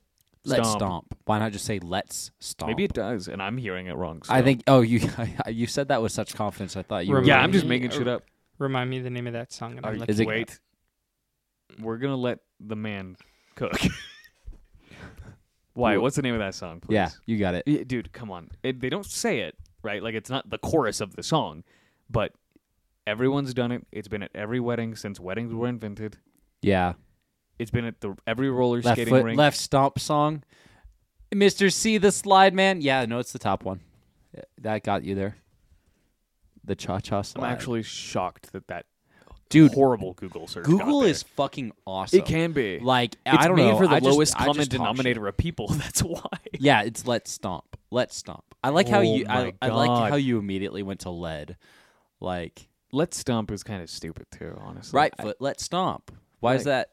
S2: Let's
S1: stomp,
S2: stomp. Why not just say let's stomp?
S1: maybe it does, and I'm hearing it wrong.
S2: I
S1: still.
S2: think. Oh, you you said that with such confidence. I thought you. Were,
S3: Remind
S1: Yeah, I'm just
S3: me-
S1: making shit up.
S3: Remind me the name of that song. And
S1: Are
S3: I'm
S1: you-
S3: like,
S2: Is it-
S1: wait. We're gonna let the man cook. Why?
S2: Wha-
S1: What's the name of that song? Please?
S2: yeah, you got it.
S1: Yeah, dude, come on. It, they don't say it right. Like it's not the chorus of the song, but everyone's done it. It's been at every wedding since weddings were invented.
S2: Yeah,
S1: It's been at the every roller
S2: left
S1: skating
S2: foot,
S1: rink.
S2: left stomp song. Mister C, the slide man. Yeah, no, it's the top one. Yeah, That got you there. The cha cha
S1: I'm
S2: slide.
S1: actually shocked that that
S2: dude.
S1: horrible Google search. got
S2: Google
S1: there.
S2: is fucking awesome.
S1: It can be.
S2: like
S1: it's
S2: I don't
S1: made
S2: know
S1: for the
S2: I just-
S1: lowest
S2: I just
S1: common
S2: talk shit.
S1: denominator of people. That's why.
S2: Yeah, it's let's stomp. Let's stomp. I like how
S1: Oh
S2: you. I,
S1: my
S2: I like
S1: God.
S2: how you immediately went to lead. Like
S1: Let's stomp is kind of stupid too, honestly.
S2: right
S1: I-
S2: foot, let's stomp. Why is
S1: Like-
S2: that?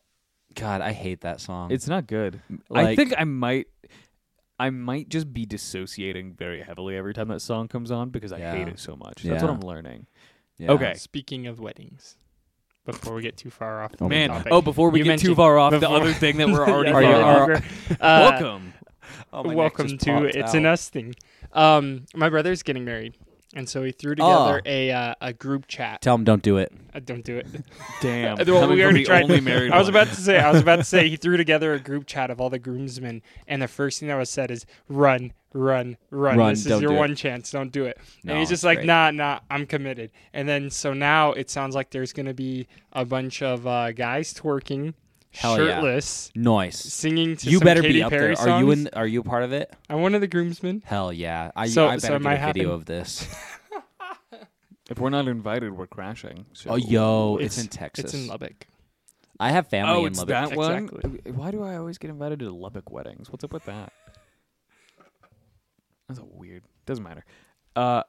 S2: God, I hate that song.
S1: It's not good. I
S2: Like-
S1: think I might I might just be dissociating very heavily every time that song comes on because I hate
S2: Yeah.
S1: it so much. That's what
S2: Yeah.
S1: I'm learning.
S2: Yeah.
S1: okay.
S3: Uh, Speaking of weddings, before we get too far off,
S2: Oh
S3: the
S2: my
S1: Man,
S2: God.
S3: topic,
S1: oh before we
S3: You
S1: get too
S3: mentioned
S1: far off
S3: before-
S1: the other thing that we're already
S3: That's
S2: Are you-
S3: all
S1: far off.
S2: are-
S3: over. Uh,
S1: Welcome.
S2: Oh, my neck
S3: welcome
S2: just
S3: to
S2: popped
S3: it's
S2: out.
S3: an us thing. Um, my brother's getting married, and so he threw together
S1: Ah.
S2: Oh.
S3: a uh, a group chat.
S2: Tell him don't do it.
S3: Uh, don't do it.
S1: Damn.
S3: Well,
S1: coming
S3: we
S1: from
S3: already
S1: the
S3: tried.
S1: only married
S3: I was
S1: one.
S3: about to say. I was about to say he threw together a group chat of all the groomsmen, and the first thing that was said is run, run, run.
S2: Run,
S3: this
S2: don't
S3: is your
S2: do it."
S3: one chance. Don't do it.
S2: No,
S3: and he's
S2: it's
S3: just like,
S2: great.
S3: nah, nah, I'm committed. And then so now it sounds like there's gonna be a bunch of uh, guys twerking,
S2: Hell yeah.
S3: shirtless,
S2: Noise.
S3: singing to
S2: You
S3: some
S2: better
S3: Katy
S2: be up
S3: Perry
S2: there. Are you
S3: songs.
S2: in? Are you a part of it?
S3: I'm one of the groomsmen.
S2: Hell yeah. I,
S3: So-
S2: I
S3: so
S2: better
S3: it
S2: get
S3: might
S2: a video
S3: happen.
S2: of this.
S1: if we're not invited, we're crashing. So.
S2: Oh yo, it's, in
S3: It's
S2: Texas.
S3: in Lubbock.
S2: I have family
S1: Oh,
S2: in
S1: it's
S2: Lubbock.
S1: that one.
S3: Exactly.
S1: Why do I always get invited to Lubbock weddings? What's up with that? That's a weird. Doesn't matter. Uh,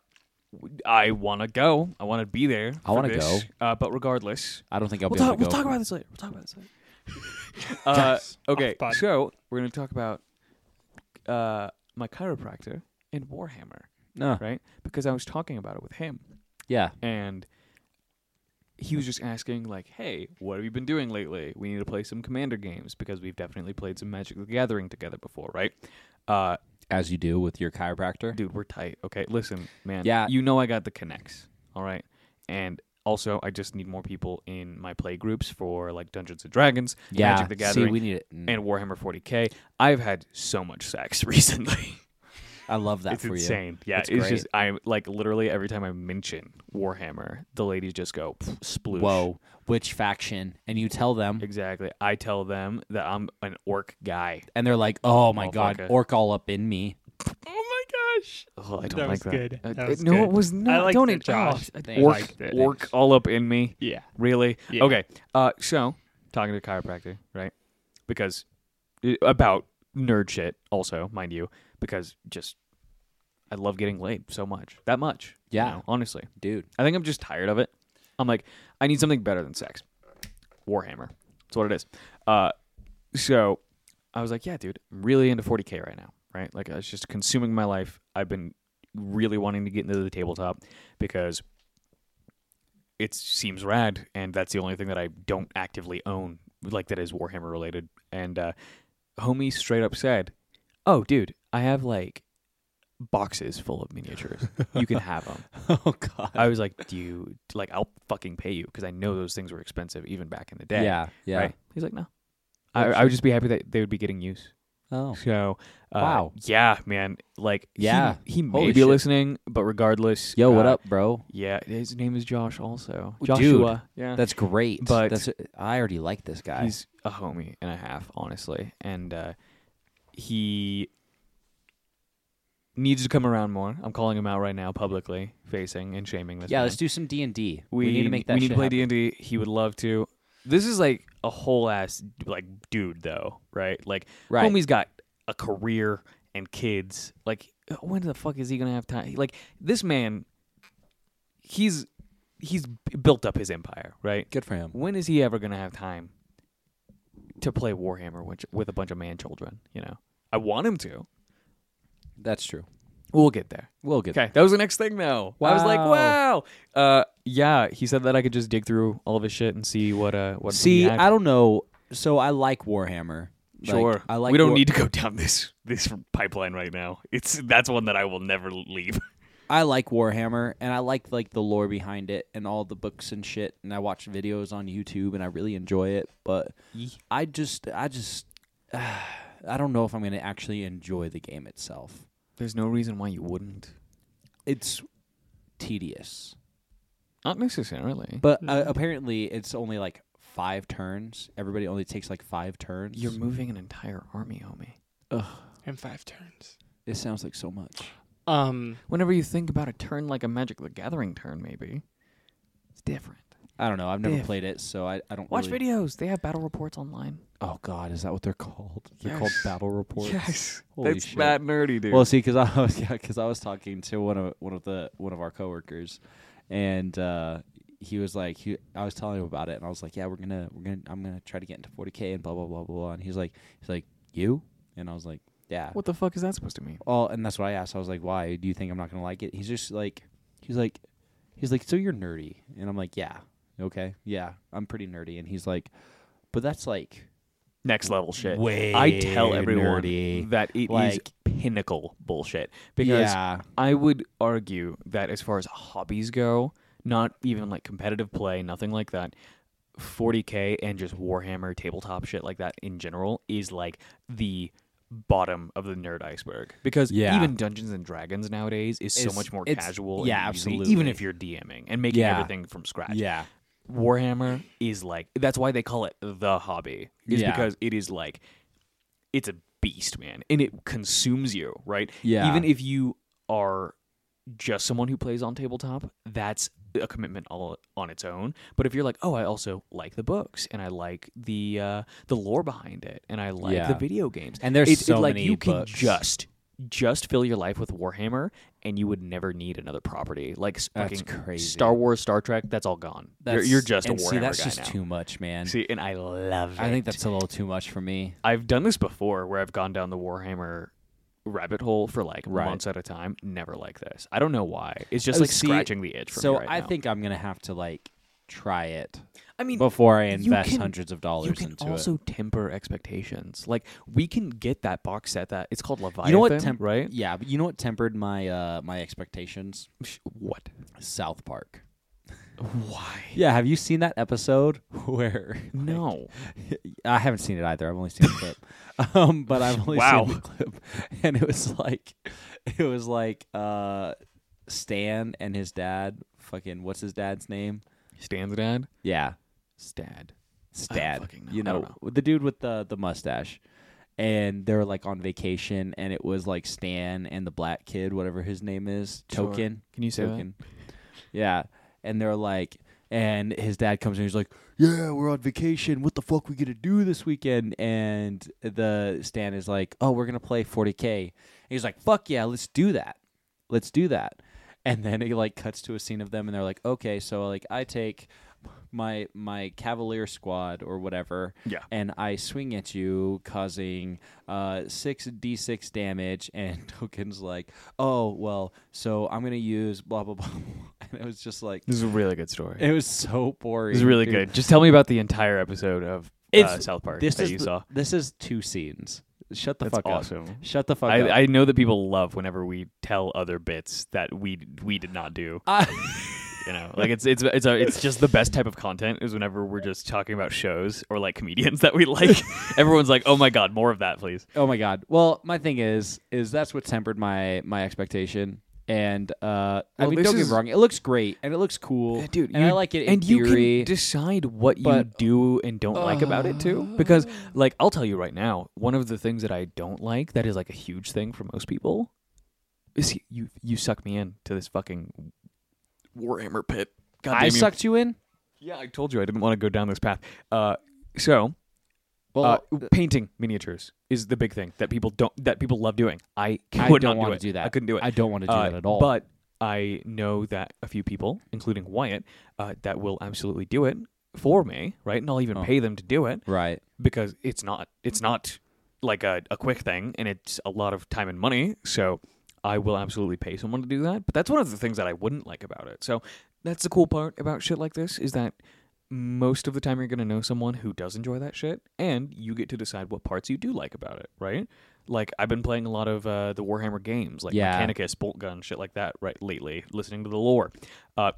S1: w- I want to go. I want to be there.
S2: I wanna
S1: for this. Uh, but regardless,
S2: I don't think I'll
S1: we'll
S2: be
S1: talk.
S2: able to
S1: We'll
S2: go.
S1: talk about this later. We'll talk about this later. uh, okay,
S3: Off pod.
S1: so we're gonna talk about uh my chiropractor and Warhammer,
S2: No.
S1: right? Because I was talking about it with him
S2: Yeah.
S1: and he was just asking like hey what have you been doing lately we need to play some commander games because we've definitely played some magic the gathering together before right uh
S2: As you do with your chiropractor.
S1: dude we're tight okay listen man
S2: Yeah.
S1: you know i got the connects all right and also i just need more people in my play groups for like dungeons and dragons
S2: yeah.
S1: magic the
S2: See,
S1: gathering
S2: we need it. Mm,
S1: and warhammer 40k i've had so much sex recently
S2: I love that
S1: it's
S2: for you.
S1: insane. Yeah,
S2: It's
S1: it's, just I'm like literally every time I mention Warhammer, the ladies just go "Pff, sploosh.
S2: Whoa. Which faction? And you tell them,
S1: Exactly. I tell them that I'm an orc guy.
S2: and they're like, "Oh my god,
S1: Motherfucker.
S2: orc all up in me."
S3: Oh my gosh.
S1: Oh, I don't
S3: That
S1: like
S3: was
S1: that.
S3: good.
S1: Uh,
S3: That
S1: uh,
S3: was
S1: no,
S3: good.
S1: it was not.
S3: liked
S1: don't
S3: it,
S1: it,
S3: Josh.
S1: oh,
S2: Thanks.
S1: orc,
S3: Liked it.
S1: orc all up in me.
S3: Yeah.
S1: Really?
S3: Yeah.
S1: Okay. Uh, so talking to a chiropractor, right? Because uh, about nerd shit, also, mind you, because just I love getting laid so much, that much. you
S2: Yeah.
S1: know, honestly.
S2: Dude.
S1: I think I'm just tired of it. I'm like, I need something better than sex. Warhammer. That's what it is. Uh, so I was like, yeah, dude, I'm really into 40K right now, right? Like, I was just consuming my life. I've been really wanting to get into the tabletop because it seems rad, and that's the only thing that I don't actively own, like, that is Warhammer related. And uh, homie straight up said, oh, dude, I have like boxes full of miniatures. You can have them.
S2: Oh god.
S1: I was like, "Do you like? I'll fucking pay you because I know those things were expensive even back in the day."
S2: Yeah. Yeah.
S1: Right? He's like, "No." I, I would just be happy that they would be getting use.
S2: Oh.
S1: So, uh,
S2: Wow.
S1: yeah, man, like, he-
S2: Yeah.
S1: he, may
S2: Holy
S1: be
S2: shit.
S1: listening, but regardless,
S2: Yo, what
S1: uh,
S2: up, bro?
S1: Yeah, his name is Josh, also
S2: Dude,
S1: Joshua. yeah,
S2: That's great.
S1: But-
S2: That's, I already like this guy.
S1: he's a homie and a half, honestly, and uh, he needs to come around more. I'm calling him out right now, publicly, facing and shaming this.
S2: yeah,
S1: man.
S2: let's do some D and D. We need to make that.
S1: We need
S2: shit
S1: to play
S2: happen.
S1: D and D. He would love to. This is like a whole ass like dude though, right? Like
S2: Right.
S1: homie's got a career and kids. Like when the fuck is he gonna have time? Like this man, he's he's built up his empire, right?
S2: Good for him.
S1: When is he ever gonna have time to play Warhammer with, with a bunch of man children? You know, I want him to.
S2: That's true.
S1: We'll get there.
S2: We'll get.
S1: Okay, that was the next thing though. I was like, wow.
S2: Wow.
S1: Uh, yeah, he said that I could just dig through all of his shit and see what uh what.
S2: See,
S1: he
S2: I don't know. So I like Warhammer. Like,
S1: sure.
S2: I like.
S1: we don't
S2: War-
S1: need to go down this this pipeline right now. It's that's one that I will never leave.
S2: I like Warhammer, and I like like the lore behind it, and all the books and shit. And I watch videos on YouTube, and I really enjoy it. But I just, I just, I don't know if I'm going to actually enjoy the game itself.
S1: There's no reason why you wouldn't.
S2: It's tedious,
S1: Not necessarily.
S2: but uh, apparently it's only like five turns. Everybody only takes like five turns.
S1: You're moving an entire army, homie.
S3: in five turns.
S2: This sounds like so much.
S3: Um,
S1: Whenever you think about a turn like a Magic the Gathering turn, maybe it's different.
S2: I don't know. I've never
S1: Biff.
S2: played it, so I, I don't
S1: Watch
S2: really-
S1: videos. They have battle reports online.
S2: Oh God, is that what they're called? They're called
S1: Yes.
S2: battle reports. Holy
S1: that's
S2: shit.
S1: that nerdy, dude.
S2: Well, see, because I was yeah, 'cause I was talking to one of one of the one of our coworkers, and uh, he was like, he, I was telling him about it, and I was like, yeah, we're gonna we're gonna I'm gonna try to get into 40k and blah blah blah blah, blah. and he's like, he's like, you, and I was like, yeah.
S1: what the fuck is that supposed to mean?
S2: Well, and that's what I asked. I was like, why do you think I'm not gonna like it? He's just like, he's like, he's like, so you're nerdy, and I'm like, yeah, okay, yeah, I'm pretty nerdy, and he's like, but that's like.
S1: next level shit.
S2: Way
S1: I tell everyone
S2: nerdy.
S1: that it is
S2: Like-
S1: pinnacle bullshit because
S2: Yeah.
S1: I would argue that as far as hobbies go, not even like competitive play, nothing like that. 40k and just Warhammer tabletop shit like that in general is like the bottom of the nerd iceberg because
S2: Yeah.
S1: even Dungeons and Dragons nowadays is so
S2: It's-
S1: much more
S2: it's-
S1: casual.
S2: yeah,
S1: and easy, Even
S2: absolutely.
S1: if you're DMing and making
S2: Yeah.
S1: everything from scratch,
S2: Yeah.
S1: Warhammer is like that's why they call it the hobby is
S2: Yeah.
S1: because it is like it's a beast, man, and it consumes you, right?
S2: Yeah.
S1: Even if you are just someone who plays on tabletop, that's a commitment all on its own. But if you're like, oh, I also like the books and I like the uh, the lore behind it and I like
S2: Yeah.
S1: the video games,
S2: And there's
S1: it's
S2: so
S1: like
S2: many
S1: you
S2: books.
S1: can just just fill your life with Warhammer and you would never need another property like s-
S2: That's
S1: fucking
S2: crazy.
S1: Star Wars, Star Trek. That's all gone. You're-
S2: That's-
S1: you're, just a
S2: and
S1: Warhammer
S2: see, that's
S1: guy
S2: just
S1: now.
S2: too much, man.
S1: see, and I love it.
S2: I think that's a little too much for me.
S1: I've done this before, where I've gone down the Warhammer rabbit hole for like
S2: Right.
S1: months at a time. Never like this. I don't know why. It's just
S2: Oh,
S1: like
S2: see,
S1: scratching the itch. For
S2: so
S1: me right
S2: I
S1: now.
S2: think I'm gonna have to like try it
S1: I mean,
S2: before I
S1: you
S2: invest
S1: can-
S2: hundreds of
S1: you
S2: dollars
S1: can
S2: into
S1: also temper expectations. Like we can get that box set that it's called
S2: it.
S1: Leviathan.
S2: You know what? Temp-
S1: right?
S2: Yeah, but you know what tempered my uh my expectations?
S1: Sh- What?
S2: South Park.
S1: Why?
S2: Yeah, have you seen that episode where?
S1: No.
S2: I haven't seen it either. I've only seen the clip. Um, but I've only
S1: Wow.
S2: seen the clip, and it was like, it was like uh, Stan and his dad. Fucking what's his dad's name?
S1: Stan's dad.
S2: Yeah,
S1: Stad.
S2: Stad.
S1: fucking know.
S2: You
S1: I don't
S2: know, the dude with the the mustache. And they're like on vacation, and it was like Stan and the black kid, whatever his name is,
S1: Sure.
S2: Token.
S1: Can you say that?
S2: Token. Yeah. And they're like, and his dad comes in, he's like, yeah, we're on vacation. What the fuck we gonna do this weekend? And the Stan is like, oh, we're gonna play 40k. And he's like, fuck yeah, let's do that. Let's do that. And then it like cuts to a scene of them, and they're like, okay, so like I take my my Cavalier squad or whatever,
S1: Yeah.
S2: and I swing at you, causing uh six d six damage. And Token's like, oh well, so I'm gonna use blah blah blah, and it was just like
S1: This is a really good story.
S2: it was so boring.
S1: This is really
S2: dude.
S1: good. Just tell me about the entire episode of uh,
S2: It's-
S1: South Park
S2: This
S1: that
S2: is
S1: you
S2: the-
S1: saw.
S2: this is two scenes. Shut the
S1: That's
S2: fuck
S1: awesome.
S2: up. Shut the fuck
S1: I,
S2: up.
S1: I know that people love whenever we tell other bits that we we did not do.
S2: I-
S1: you know, like it's it's it's a, it's just the best type of content is whenever we're just talking about shows or like comedians that we like. Everyone's like, "Oh my god, more of that, please."
S2: Oh my god. Well, my thing is, is that's what tempered my my expectation. And uh, I
S1: Well,
S2: mean,
S1: this
S2: don't get
S1: is-
S2: me wrong, it looks great and it looks cool, And I like it. In
S1: and you
S2: theory.
S1: can decide what you
S2: but- Oh.
S1: do and don't like about it too, because like I'll tell you right now, one of the things that I don't like that is like a huge thing for most people is you you suck me in to this fucking Warhammer pit. God
S2: I
S1: damn you.
S2: sucked you in.
S1: Yeah, I told you I didn't want to go down this path. Uh, so
S2: Well,
S1: uh, painting miniatures is the big thing that people don't that people love doing. I could
S2: I
S1: not
S2: don't
S1: do
S2: want
S1: it.
S2: to do that.
S1: I couldn't do it.
S2: I don't want to do
S1: Uh,
S2: that at all.
S1: But I know that a few people, including Wyatt, uh, that will absolutely do it for me, right? And I'll even
S2: Oh.
S1: pay them to do it
S2: right,
S1: because it's not it's not like a, a quick thing and it's a lot of time and money so i will absolutely pay someone to do that but that's one of the things that i wouldn't like about it so that's the cool part about shit like this is that most of the time you're going to know someone who does enjoy that shit and you get to decide what parts you do like about it right like i've been playing a lot of uh, the warhammer games like
S2: Yeah.
S1: mechanicus bolt gun shit like that right lately listening to the lore uh,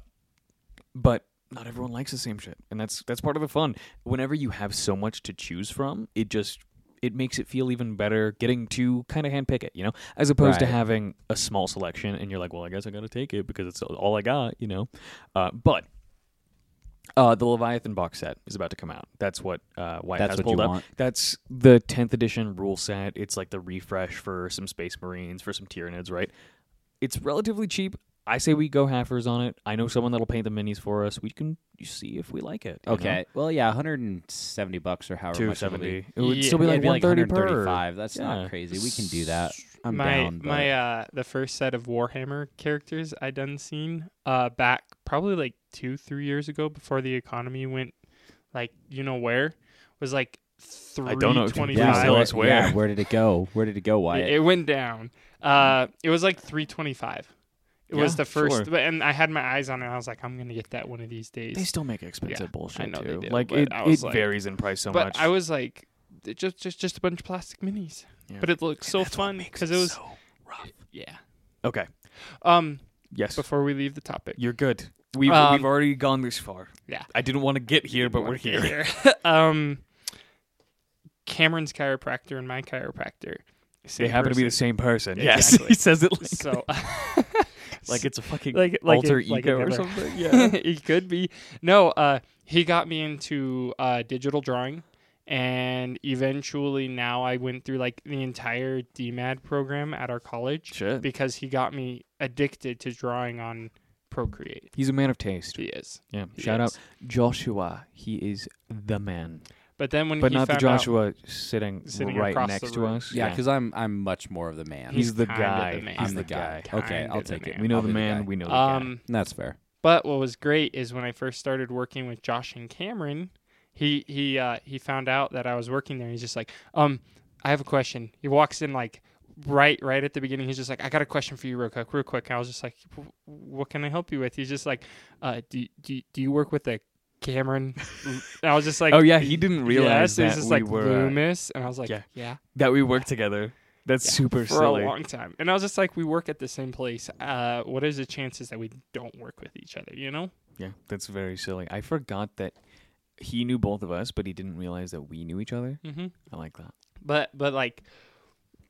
S1: but not everyone likes the same shit and that's that's part of the fun whenever you have so much to choose from it just it makes it feel even better getting to kind of handpick it you know as opposed to
S2: Right.
S1: having a small selection and you're like well i guess i gotta take it because it's all i got you know uh, but uh, the Leviathan box set is about to come out. That's what uh, White
S2: That's
S1: has
S2: what
S1: pulled
S2: you
S1: up.
S2: want.
S1: That's the tenth edition rule set. It's like the refresh for some Space Marines, for some Tyranids, right? It's relatively cheap. I say we go halfers on it. I know someone that'll paint the minis for us. We can see if we like it. you know?
S2: okay. Well, yeah, 170 bucks or however
S1: two
S2: much it'll be.
S1: seventy. It would
S3: Yeah,
S1: still be
S2: It'd
S1: like
S2: be
S1: one thirty per.
S2: 135. That's
S1: Yeah.
S2: not crazy. We can do that. I'm
S3: my
S2: down. but-
S3: my uh the first set of Warhammer characters I done seen uh back probably like two three years ago before the economy went like you know where was like three
S1: don't know.
S3: twenty
S1: Yeah,
S3: five.
S1: tell
S2: where-
S1: us where.
S2: yeah, where did it go? Where did it go,
S3: It,
S2: Wyatt?
S3: it went down. Uh, it was like 325. It was
S1: Yeah,
S3: the first,
S1: sure.
S3: but- and I had my eyes on it. I was like, I'm gonna get that one of these
S1: They
S3: days.
S1: still make expensive
S3: Yeah,
S1: bullshit
S3: I know they
S1: too.
S3: do,
S1: like
S3: but
S1: it,
S3: I was
S1: it
S3: like-
S1: varies in price so
S3: but
S1: much.
S3: I was like, "It just just just a bunch of plastic minis.
S1: Yeah.
S3: But it looked so fun because it was
S1: rough.
S3: yeah.
S1: Okay.
S3: Um,
S1: Yes.
S3: before we leave the topic,
S1: You're good. We've,
S3: Um,
S1: we've already gone this far.
S3: Yeah.
S1: I didn't want to get here, but we're here.
S3: um, Cameron's chiropractor and my chiropractor.
S1: They
S3: same
S1: happen to be the
S3: person.
S1: same person. Yes.
S3: Exactly.
S1: he says it like,
S3: So
S1: like it's a fucking
S3: like like
S1: alter
S3: it- like
S1: ego
S3: it
S1: or
S3: never-
S1: something. Yeah.
S3: he could be. No, uh, he got me into uh, digital drawing, and eventually now I went through like the entire DMAD program at our college
S1: Shit.
S3: because he got me addicted to drawing on Procreate.
S1: He's a man of taste.
S3: He is,
S1: Yeah.
S3: He
S1: Shout
S3: is.
S1: out Joshua. He is the man.
S3: but then when
S1: But
S3: he
S1: not the
S3: found
S1: Joshua sitting,
S3: sitting
S1: right
S3: across
S1: next
S3: the
S1: to
S3: room.
S1: us.
S2: yeah, because I'm I'm much more of the man.
S3: out,
S1: he's the
S3: kinda
S1: guy.
S3: man.
S1: He's
S2: I'm the,
S1: the
S2: guy.
S3: guy.
S2: Okay,
S3: Kinda
S2: I'll
S3: the
S2: take it.
S3: man.
S1: we know
S2: I'll
S1: the
S2: be
S1: man.
S2: guy.
S1: We know the guy.
S3: Um,
S2: That's fair.
S3: But what was great is when I first started working with Josh and Cameron, he he uh, he found out that I was working there. He's just like, um, I have a question. He walks in like right right at the beginning. He's just like, I got a question for you real quick, real quick. I was just like, "Wh- what can I help you with? He's just like, uh, do do, do you work with the Cameron? And I was just like,
S1: oh yeah, he didn't
S3: yes.
S1: realize
S3: He's
S1: that
S3: just
S1: we
S3: like
S1: were uh,
S3: Loomis, and I was like,
S1: yeah.
S3: yeah.
S1: that we worked together. That's
S3: Yeah,
S1: super
S3: For
S1: silly.
S3: a long time, and I was just like, we work at the same place. Uh, what is the chances that we don't work with each other? You know?
S1: Yeah, that's very silly. I forgot that he knew both of us, but he didn't realize that we knew each other.
S3: Mm-hmm.
S1: I like that.
S3: but but like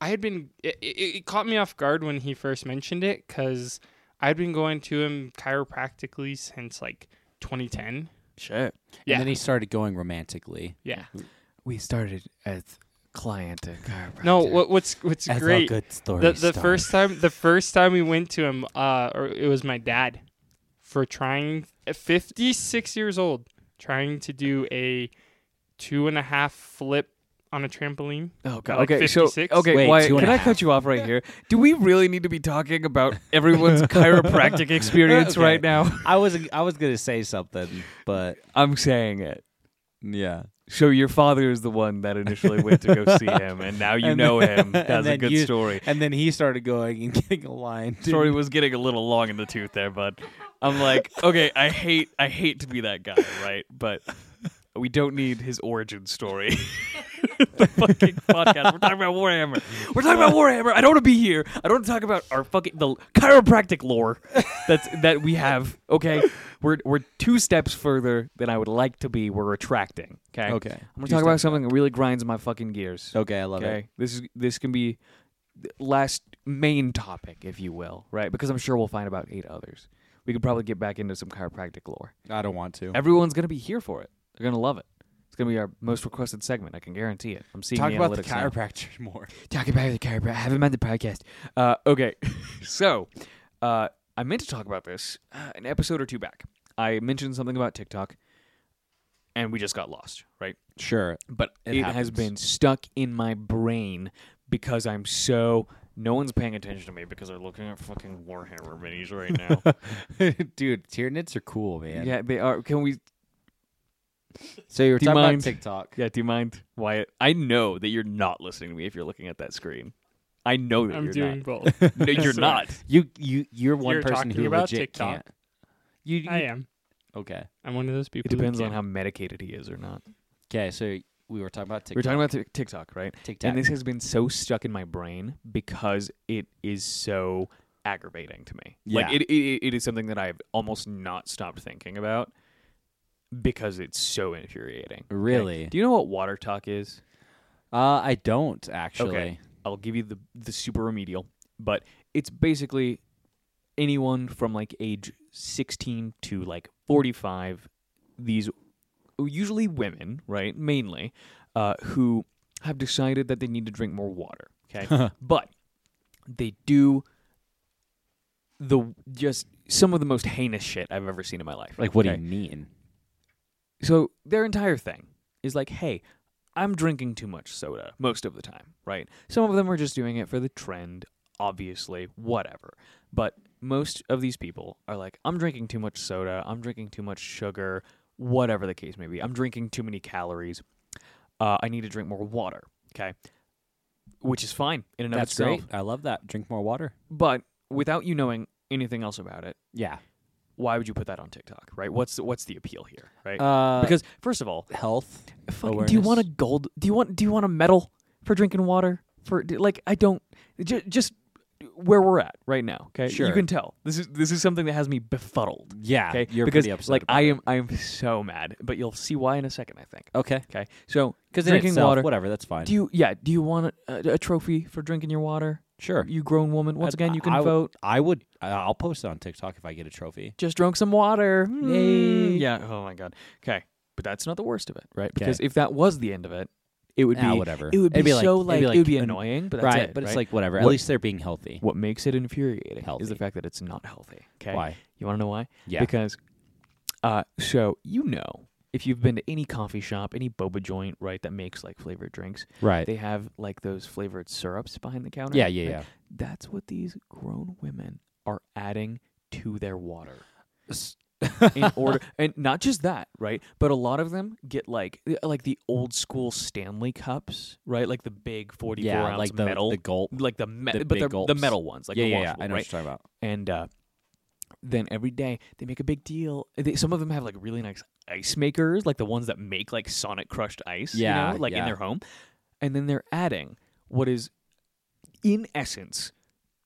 S3: i had been it, it, it caught me off guard when he first mentioned it because i'd been going to him chiropractically since like 2010
S1: Shit.
S3: yeah
S2: And then he started going romantically.
S3: yeah
S1: We started as client and chiropractor.
S3: no what, what's what's
S2: That's
S3: great
S2: how good stories
S3: the, the
S2: start.
S3: first time the first time we went to him uh or it was my dad for trying at 56 years old trying to do a two and a half flip on a trampoline
S1: Oh god.
S3: like
S1: okay. So
S3: 56?
S1: okay.
S2: Wait,
S1: Wyatt,
S2: two and
S1: can
S2: a
S1: I
S2: half.
S1: cut you off right here? Do we really need to be talking about everyone's chiropractic experience
S2: Okay.
S1: right now?
S2: I was I was gonna say something, but
S1: I'm saying it.
S2: yeah.
S1: So your father is the one that initially went to go see him, and now you
S2: And
S1: know him.
S2: then- and
S1: That's a
S2: then
S1: good
S2: you-
S1: story.
S2: And then he started going and getting a line. too.
S1: Story was getting a little long in the tooth there, bud. I'm like, okay, I hate, I hate to be that guy, right? But we don't need his origin story. the fucking podcast. We're talking about Warhammer. We're talking about Warhammer. I don't want to be here. I don't want to talk about our fucking the chiropractic lore that's that we have. Okay, we're we're two steps further than I would like to be. We're retracting. Okay.
S2: Okay.
S1: I'm gonna
S2: Two
S1: talk about
S2: steps
S1: something that really grinds my fucking gears.
S2: Okay, I love
S1: Okay.
S2: it.
S1: This is this can be the last main topic, if you will, right? Because I'm sure we'll find about eight others. We could probably get back into some chiropractic lore.
S2: I don't want to.
S1: Everyone's gonna be here for it. They're gonna love it. It's gonna be our most requested segment. I can guarantee it. I'm seeing
S2: Talk about the
S1: analytics now.
S2: chiropractor more.
S1: Talk about the chiropractor. I have him on the podcast. Uh, okay, so uh, I meant to talk about this uh, an episode or two back. I mentioned something about TikTok, and we just got lost, right?
S2: Sure.
S1: But
S2: It
S1: it,
S2: happens.
S1: has been stuck in my brain because I'm so. No one's paying attention to me because they're looking at fucking Warhammer minis right now.
S2: Dude, tier knits are cool, man.
S1: yeah, they are. Can we?
S2: So you were
S1: Do you
S2: talking
S1: mind?
S2: about TikTok.
S1: Yeah, do you mind, Wyatt? I know that you're not listening to me if you're looking at that screen. I know that
S3: I'm
S1: you're
S3: doing
S1: not.
S3: both.
S1: No, you're
S3: Sorry.
S1: not.
S2: You you you're one
S3: You're
S2: person
S3: talking
S2: who
S3: about
S2: legit
S3: TikTok.
S2: can't. You, you
S3: I am.
S2: okay.
S3: I'm one of those people.
S1: It depends on how medicated he is or not.
S2: Okay, so we were talking about TikTok.
S1: We're talking about Tik- TikTok, right?
S2: TikTok.
S1: And this has been so stuck in my brain because it is so aggravating to me. Like
S2: Yeah.
S1: it, it, it is something that I've almost not stopped thinking about because it's so infuriating. okay?
S2: Really?
S1: Do you know what water talk is?
S2: uh, I don't actually.
S1: Okay. I'll give you the the super remedial, but it's basically anyone from like age 16 to like 45 these usually women, right, mainly, uh, who have decided that they need to drink more water, okay? but they do the just some of the most heinous shit I've ever seen in my life.
S2: Like, what
S1: okay?
S2: do you mean?
S1: So their entire thing is like, hey, I'm drinking too much soda most of the time, right? Some of them are just doing it for the trend, obviously, whatever. But most of these people are like, I'm drinking too much soda, I'm drinking too much sugar, whatever the case may be. I'm drinking too many calories. Uh, I need to drink more water, okay? Which is fine in and of
S2: That's
S1: itself.
S2: great. I love that. Drink more water.
S1: But without you knowing anything else about it,
S2: Yeah.
S1: why would you put that on TikTok, right? What's what's the appeal here, right?
S2: Uh,
S1: because first of all,
S2: health.
S1: Fucking, do you want a
S2: awareness.
S1: gold? Do you want? Do you want a medal for drinking water? For d- like, I don't. J- just where we're at right now. Okay,
S2: Sure.
S1: you can tell this is this is something that has me befuddled.
S2: Yeah.
S1: Okay,
S2: You're
S1: because
S2: pretty upset.
S1: like
S2: about
S1: I
S2: it.
S1: am I am so mad, but you'll see why in a second. I think.
S2: Okay.
S1: Okay, so
S2: Because
S1: drinking
S2: itself,
S1: water.
S2: Whatever. That's fine.
S1: Do you? Yeah. Do you want a, a trophy for drinking your water?
S2: sure.
S1: You grown woman. Once
S2: I'd-
S1: again, you
S2: I-
S1: can
S2: I would-
S1: vote.
S2: I would. I- I'll post it on TikTok if I get a trophy.
S1: just drunk some water.
S2: Yay.
S1: Mm, Yeah. Oh my god. Okay. But that's not the worst of it, right? Because if that was the end of it, it would be
S2: Ah, whatever.
S1: It would be,
S2: It'd be like-
S1: so
S2: it'd be
S1: like,
S2: like
S1: it would be
S2: an-
S1: annoying, but that's
S2: right.
S1: it.
S2: but it's
S1: right?
S2: like whatever. At
S1: What-
S2: least they're being healthy.
S1: what makes it infuriating is
S2: Healthy.
S1: the fact that it's not healthy. Okay.
S2: Why?
S1: You want to know why?
S2: Yeah.
S1: Because, uh, so you know, if you've been to any coffee shop, any boba joint, right, that makes like flavored drinks,
S2: right.
S1: they have like those flavored syrups behind the counter.
S2: yeah. Yeah.
S1: right?
S2: Yeah.
S1: That's what these grown women are adding to their water
S2: S-
S1: in order and not just that right but a lot of them get like like the old school stanley cups right like the big 44
S2: yeah.
S1: ounce
S2: Like the
S1: metal
S2: the gulp.
S1: like the, me-
S2: the
S1: but
S2: big
S1: they're the
S2: gulps.
S1: metal ones like
S2: yeah.
S1: the
S2: Yeah. yeah.
S1: washable,
S2: I know
S1: right?
S2: what you're talking about.
S1: and uh, then every day they make a big deal. They, some of them have like really nice ice makers, like the ones that make like Sonic crushed ice, you
S2: Yeah,
S1: know, like
S2: yeah.
S1: in their home. And then they're adding what is, in essence,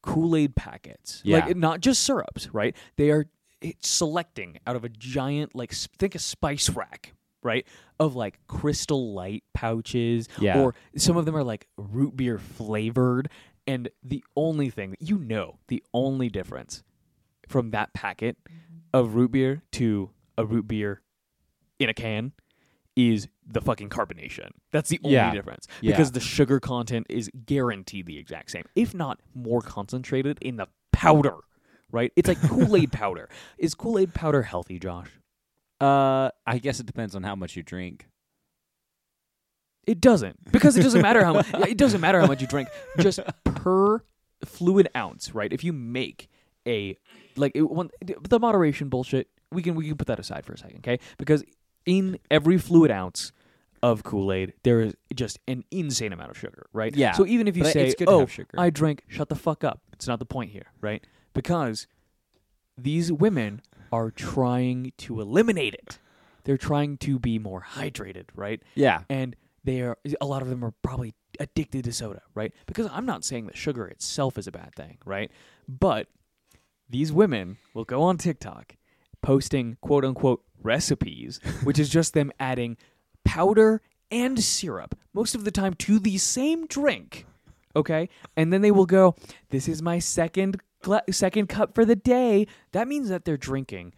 S1: Kool Aid packets.
S2: Yeah.
S1: Like not just syrups, right? They are it's selecting out of a giant like s- think a spice rack. Right of like crystal light pouches,
S2: Yeah.
S1: or some of them are like root beer flavored, and the only thing that you know, the only difference from that packet of root beer to a root beer in a can is the fucking carbonation. That's the only
S2: Yeah.
S1: difference
S2: Yeah.
S1: because the sugar content is guaranteed the exact same, if not more concentrated in the powder. Right? It's like Kool Aid powder. Is Kool Aid powder healthy, Josh?
S2: Uh, I guess it depends on how much you drink.
S1: It doesn't because it doesn't matter how yeah, it doesn't matter how much you drink. Just per fluid ounce, right? If you make a like it, one, the moderation bullshit, we can we can put that aside for a second, okay? Because in every fluid ounce of Kool Aid, there is just an insane amount of sugar, right?
S2: Yeah,
S1: So even if you
S2: but
S1: say,
S2: it's good to
S1: "Oh,
S2: have sugar."
S1: I drink," shut the fuck up. It's not the point here, right? Because these women are trying to eliminate it. They're trying to be more hydrated, right?
S2: Yeah.
S1: And they are a lot of them are probably addicted to soda, right? Because I'm not saying that sugar itself is a bad thing, right? But these women will go on TikTok posting quote unquote recipes, which is just them adding powder and syrup, most of the time to the same drink. Okay? And then they will go, This is my second gla- second cup for the day. That means that they're drinking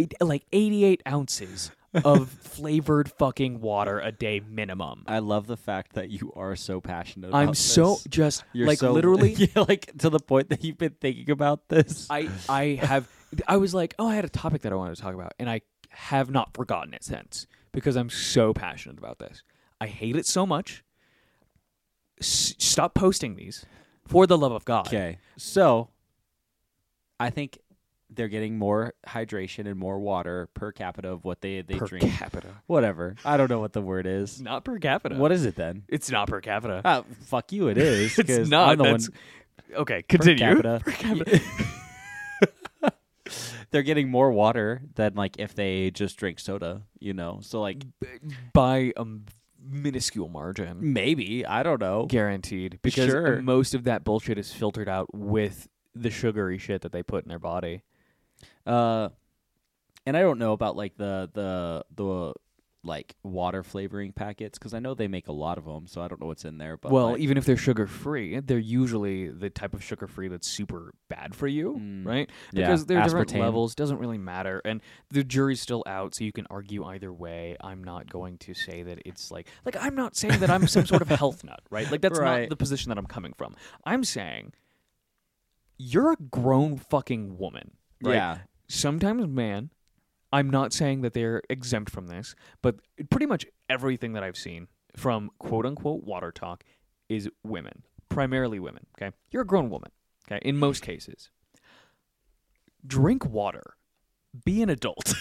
S1: eight- like 88 ounces of flavored fucking water a day minimum.
S2: I love the fact that you are so passionate.
S1: I'm
S2: about
S1: so
S2: this.
S1: just
S2: You're
S1: like
S2: so-
S1: literally
S2: yeah, like to the point that you've been thinking about this.
S1: I I have I was like, oh, I had a topic that I wanted to talk about, and I have not forgotten it since because I'm so passionate about this. I hate it so much. S- stop posting these, for the love of God.
S2: Okay. So I think they're getting more hydration and more water per capita of what they they
S1: Per
S2: drink.
S1: capita,
S2: Whatever. I don't know what the word is.
S1: not per capita.
S2: What is it then?
S1: It's not per capita.
S2: Ah, fuck you, it is. 'cause
S1: it's not.
S2: I'm the one-
S1: that's- okay,
S2: per
S1: continue.
S2: capita. they're getting more water than like if they just drink soda, you know. So like
S1: Mm. By a m- minuscule margin.
S2: maybe I don't know.
S1: guaranteed because
S2: Sure.
S1: most of that bullshit is filtered out with the sugary shit that they put in their body.
S2: Uh, and I don't know about like the the the like water flavoring packets because I know they make a lot of them, so I don't know what's in there. But
S1: well, e-,
S2: like-
S1: even if they're sugar free, they're usually the type of sugar free that's super bad for you,
S2: Mm.
S1: right?
S2: Yeah,
S1: Because there are different
S2: aspartame.
S1: levels, doesn't really matter. And the jury's still out, so you can argue either way. I'm not going to say that it's like like I'm not saying that I'm some sort of health nut, right? Like that's
S2: Right.
S1: not the position that I'm coming from. I'm saying you're a grown fucking woman, right?
S2: yeah,
S1: sometimes man i'm not saying that they're exempt from this but pretty much everything that i've seen from quote unquote water talk is women primarily women okay you're a grown woman okay in most cases drink water be an adult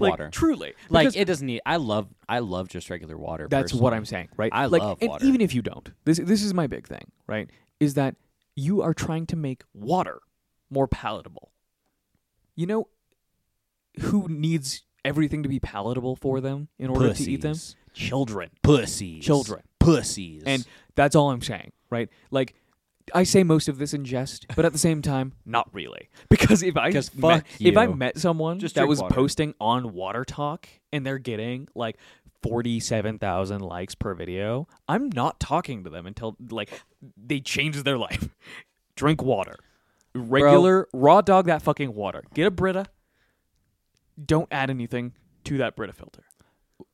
S1: like
S2: water.
S1: truly
S2: Like
S1: Because
S2: it doesn't need. I love I love just regular water.
S1: that's
S2: personally.
S1: what i'm saying right
S2: I
S1: like,
S2: love
S1: and
S2: water.
S1: even if you don't this this is my big thing right is that you are trying to make water more palatable you know who needs everything to be palatable for them in order to eat them?
S2: Pussies.
S1: Children.
S2: Pussies,
S1: Children.
S2: pussies,
S1: And that's all I'm saying, right? Like, I say most of this in jest, but at the same time, not really. Because if I
S2: 'Cause
S1: met,
S2: fuck
S1: if I
S2: you.
S1: met someone
S2: Just
S1: that
S2: drink
S1: was
S2: water.
S1: posting on Water Talk and they're getting like forty-seven thousand likes per video, I'm not talking to them until like they change their life. Drink water, regular raw dog that fucking water. Get a Brita. Don't add anything to that Brita filter.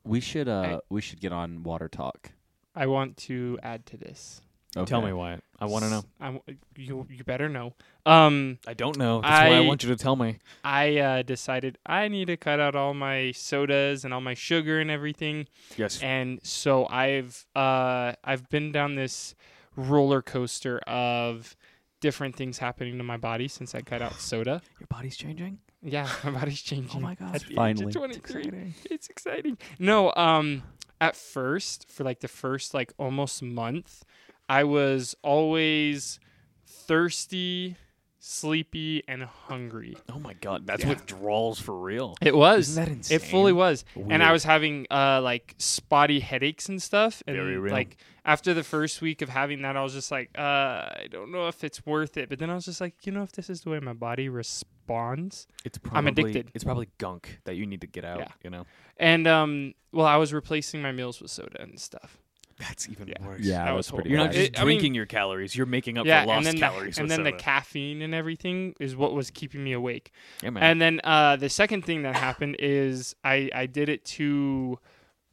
S2: we should uh we should get on water talk.
S3: I want to add to this.
S1: Tell
S2: Okay.
S1: me why. I want to know.
S3: I w- you you better know. Um,
S1: I don't know. That's why I
S3: I-
S1: want you to tell me.
S3: I uh, decided I need to cut out all my sodas and all my sugar and everything,
S1: Yes.
S3: and so I've uh I've been down this roller coaster of different things happening to my body since I cut out soda.
S1: Your body's changing. Oh
S3: Yeah, my body's changing.
S1: my gosh,
S3: at the age of
S2: finally. It's
S3: 23. it's exciting. No, um, at first, for like the first like almost month, I was always thirsty, sleepy, and hungry.
S1: Oh my god, that's
S3: Yeah.
S1: withdrawals for real.
S3: It was.
S1: Isn't that insane?
S3: It fully was. And I
S1: Weird.
S3: was having uh like spotty headaches and stuff. And
S1: Very real.
S3: like after the first week of having that, I was just like, uh, I don't know if it's worth it. But then I was just like, you know, if this is the way my body responds,
S1: It's probably
S3: I'm addicted.
S1: It's probably gunk that you need to get out.
S3: Yeah.
S1: You know,
S3: And um, well, I was replacing my meals with soda and stuff.
S1: that's even
S3: Yeah.
S1: worse.
S2: Yeah,
S3: That
S2: that's
S3: was
S2: pretty.
S1: you're not
S2: bad.
S1: just
S3: It- I mean-
S1: drinking your calories; you're making up
S3: yeah,
S1: for lost
S3: and then
S1: calories.
S3: the, and
S1: with
S3: then the
S1: soda.
S3: caffeine and everything is what was keeping me awake.
S1: yeah, man.
S3: And then uh, the second thing that happened is I I did it too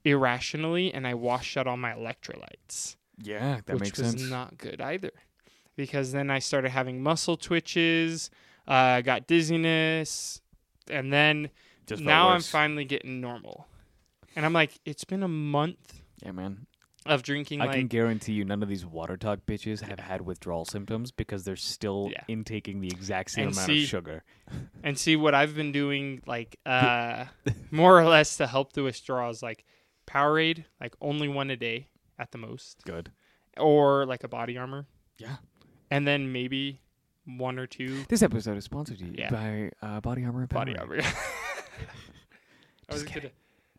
S3: irrationally, and I washed out all my electrolytes,
S1: yeah, that
S3: which
S1: makes
S3: was
S1: sense.
S3: not good either, because then I started having muscle twitches, uh, got dizziness, and then
S1: just felt
S3: now I'm
S1: worse.
S3: finally getting normal, and I'm like, it's been a month
S1: Yeah, man.
S3: of drinking
S1: I
S3: like
S1: can guarantee you, none of these water talk bitches have had withdrawal symptoms because they're still
S3: Yeah.
S1: intaking the exact same
S3: And
S1: amount
S3: see-
S1: of sugar.
S3: and see what I've been doing, like uh, more or less to help the withdrawals, like Powerade, like only one a day at the most,
S1: Good.
S3: or like a body armor.
S1: Yeah.
S3: and then maybe one or two
S1: This episode is sponsored to you
S3: Yeah.
S1: by uh, Body Armor. and
S3: body
S1: Powerade.
S3: armor. I was
S1: Just
S3: gonna,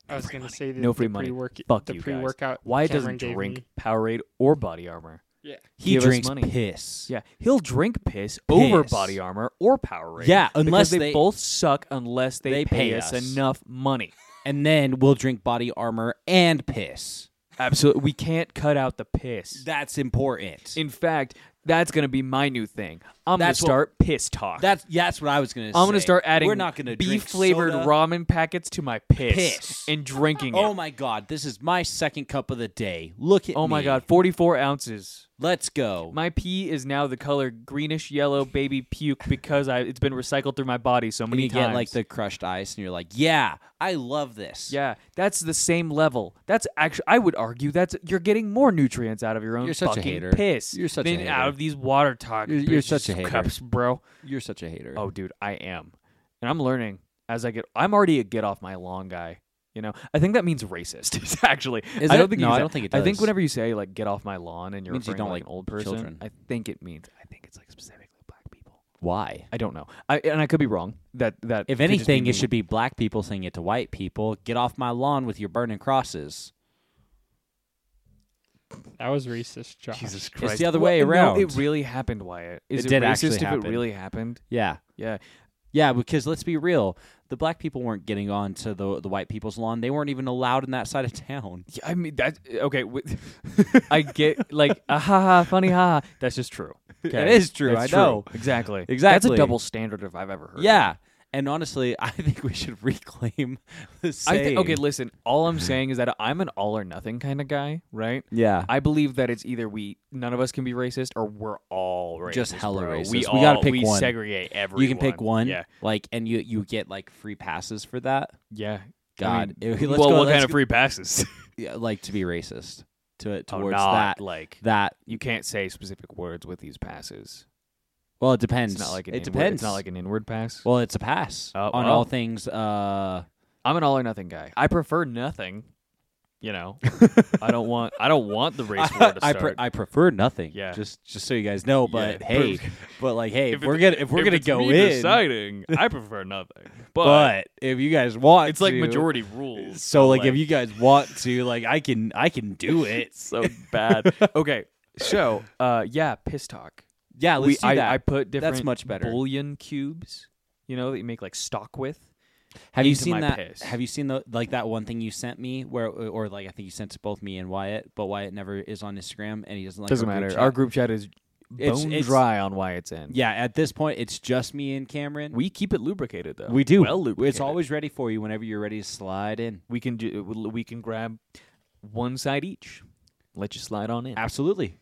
S3: I was gonna say the,
S1: No
S3: the
S1: free money.
S3: pre-work,
S1: Fuck
S3: the
S1: you guys.
S3: pre-workout.
S1: Why
S3: Cameron
S1: doesn't
S3: gave
S1: drink
S3: me.
S1: Powerade or body armor?
S3: Yeah,
S2: He
S1: Give us
S2: drinks
S1: money.
S2: piss.
S1: Yeah, he'll drink piss, over
S2: Piss.
S1: body armor or Powerade.
S2: Yeah,
S1: because
S2: unless
S1: they,
S2: they-
S1: both suck. Unless they,
S2: they
S1: pay,
S2: pay
S1: us
S2: us.
S1: enough money.
S2: And then we'll drink body armor and piss.
S1: Absolutely, we can't cut out the piss.
S2: That's important.
S1: In fact, that's gonna be my new thing. I'm
S2: That's
S1: gonna
S2: what-
S1: start piss talk.
S2: that's yeah, that's what I was gonna say.
S1: I'm gonna start adding
S2: We're not gonna drink
S1: beef flavored
S2: soda.
S1: ramen packets to my piss,
S2: Piss.
S1: and drinking
S2: Oh
S1: it.
S2: my god, this is my second cup of the day. Look at
S1: oh my
S2: me.
S1: god, 44 ounces.
S2: Let's go.
S1: My pee is now the color greenish yellow baby puke because I it's been recycled through my body so
S2: and
S1: many
S2: you
S1: times.
S2: get like the crushed ice and you're like, "Yeah, I love this."
S1: yeah, that's the same level. That's actually I would argue that's you're getting more nutrients out of your own
S2: You're such a
S1: fucking
S2: hater.
S1: piss
S2: You're such a
S1: than
S2: hater.
S1: out of these water talk.
S2: You're- you're
S1: bitches
S2: such a hater.
S1: cups, bro.
S2: You're such a hater.
S1: Oh, dude, I am, and I'm learning as I get. I'm already a get off my lawn guy. You know, I think that means racist. Actually,
S2: Is
S1: I
S2: it?
S1: don't think. it
S2: No,
S1: means
S2: I
S1: that.
S2: don't think it
S1: I think
S2: does.
S1: whenever you say like "get off my lawn" and you're
S2: Means you
S1: referring to
S2: don't
S1: like
S2: like
S1: an old person,
S2: children.
S1: I think it means. I think it's like specifically black people.
S2: Why?
S1: I don't know. I and I could be wrong. That that
S2: If
S1: could just be
S2: anything,
S1: me.
S2: it should be black people saying it to white people. Get off my lawn with your burning crosses.
S3: that was racist, Josh.
S1: Jesus Christ.
S2: the other way
S1: no,
S2: around.
S1: it really happened, Wyatt. Is
S2: It
S1: it,
S2: did actually
S1: racist if it
S2: happen.
S1: really happened?
S2: Yeah.
S1: Yeah.
S2: Yeah, because let's be real, the black people weren't getting onto the the white people's lawn. They weren't even allowed in that side of town.
S1: Yeah, I mean that. Okay, wi- I get like ah, ha ha funny ha. ha. That's just true. Okay?
S2: is true,
S1: That's
S2: I know.
S1: exactly. That's a
S2: Exactly.
S1: double standard if I've ever heard. It.
S2: Yeah. And honestly, I think we should reclaim the
S1: I
S2: saying.
S1: think. Okay, listen. All I'm saying is that I'm an all or nothing kind of guy, right?
S2: yeah.
S1: I believe that it's either we none of us can be racist or we're all racist.
S2: Just hella
S1: bro.
S2: racist.
S1: We,
S2: We
S1: all,
S2: gotta pick
S1: we
S2: one.
S1: segregate everyone.
S2: you can pick one.
S1: Yeah.
S2: Like and you you get like free passes for that.
S1: Yeah.
S2: God.
S1: I mean,
S2: Okay, let's
S1: well,
S2: go-
S1: what
S2: let's
S1: kind of
S2: go-
S1: free passes?
S2: Yeah, like to be racist to
S1: Oh,
S2: towards
S1: not
S2: that
S1: like
S2: that
S1: you can't say specific words with these passes.
S2: well, it depends.
S1: It's not like an
S2: it
S1: inward,
S2: depends.
S1: It's not like an inward pass.
S2: well, it's a pass
S1: Oh,
S2: on
S1: well.
S2: all things uh
S1: I'm an all or nothing guy. I prefer nothing. You know, I don't want I don't want the race war to start.
S2: I, pre- I prefer nothing.
S1: Yeah.
S2: Just just so you guys know, but
S1: Yeah.
S2: hey, but like hey, if,
S1: it-
S2: we're gonna if we're
S1: if
S2: gonna
S1: it's
S2: go
S1: me
S2: in,
S1: deciding, I prefer nothing. But,
S2: but if you guys want,
S1: it's like
S2: to-
S1: majority rules.
S2: So like if you guys want to, like I can I can do it.
S1: so bad. okay, so uh, yeah, piss talk.
S2: Yeah, let's
S1: we,
S2: do
S1: I,
S2: that.
S1: I put different
S2: much better.
S1: bullion cubes. You know that you make like stock with.
S2: have you
S1: into
S2: seen
S1: my
S2: that?
S1: piss.
S2: Have you seen the like that one thing you sent me where or like I think you sent it to both me and Wyatt, but Wyatt never is on Instagram and he doesn't like
S1: Doesn't
S2: our group
S1: matter.
S2: chat.
S1: Our group chat is
S2: It's-
S1: bone
S2: it's-
S1: dry on Wyatt's end.
S2: Yeah, at this point it's just me and Cameron.
S1: we keep it lubricated though.
S2: we do.
S1: well lubricated.
S2: it's always ready for you whenever you're ready to slide in.
S1: we can do we can grab one side each let you slide on in
S2: Absolutely.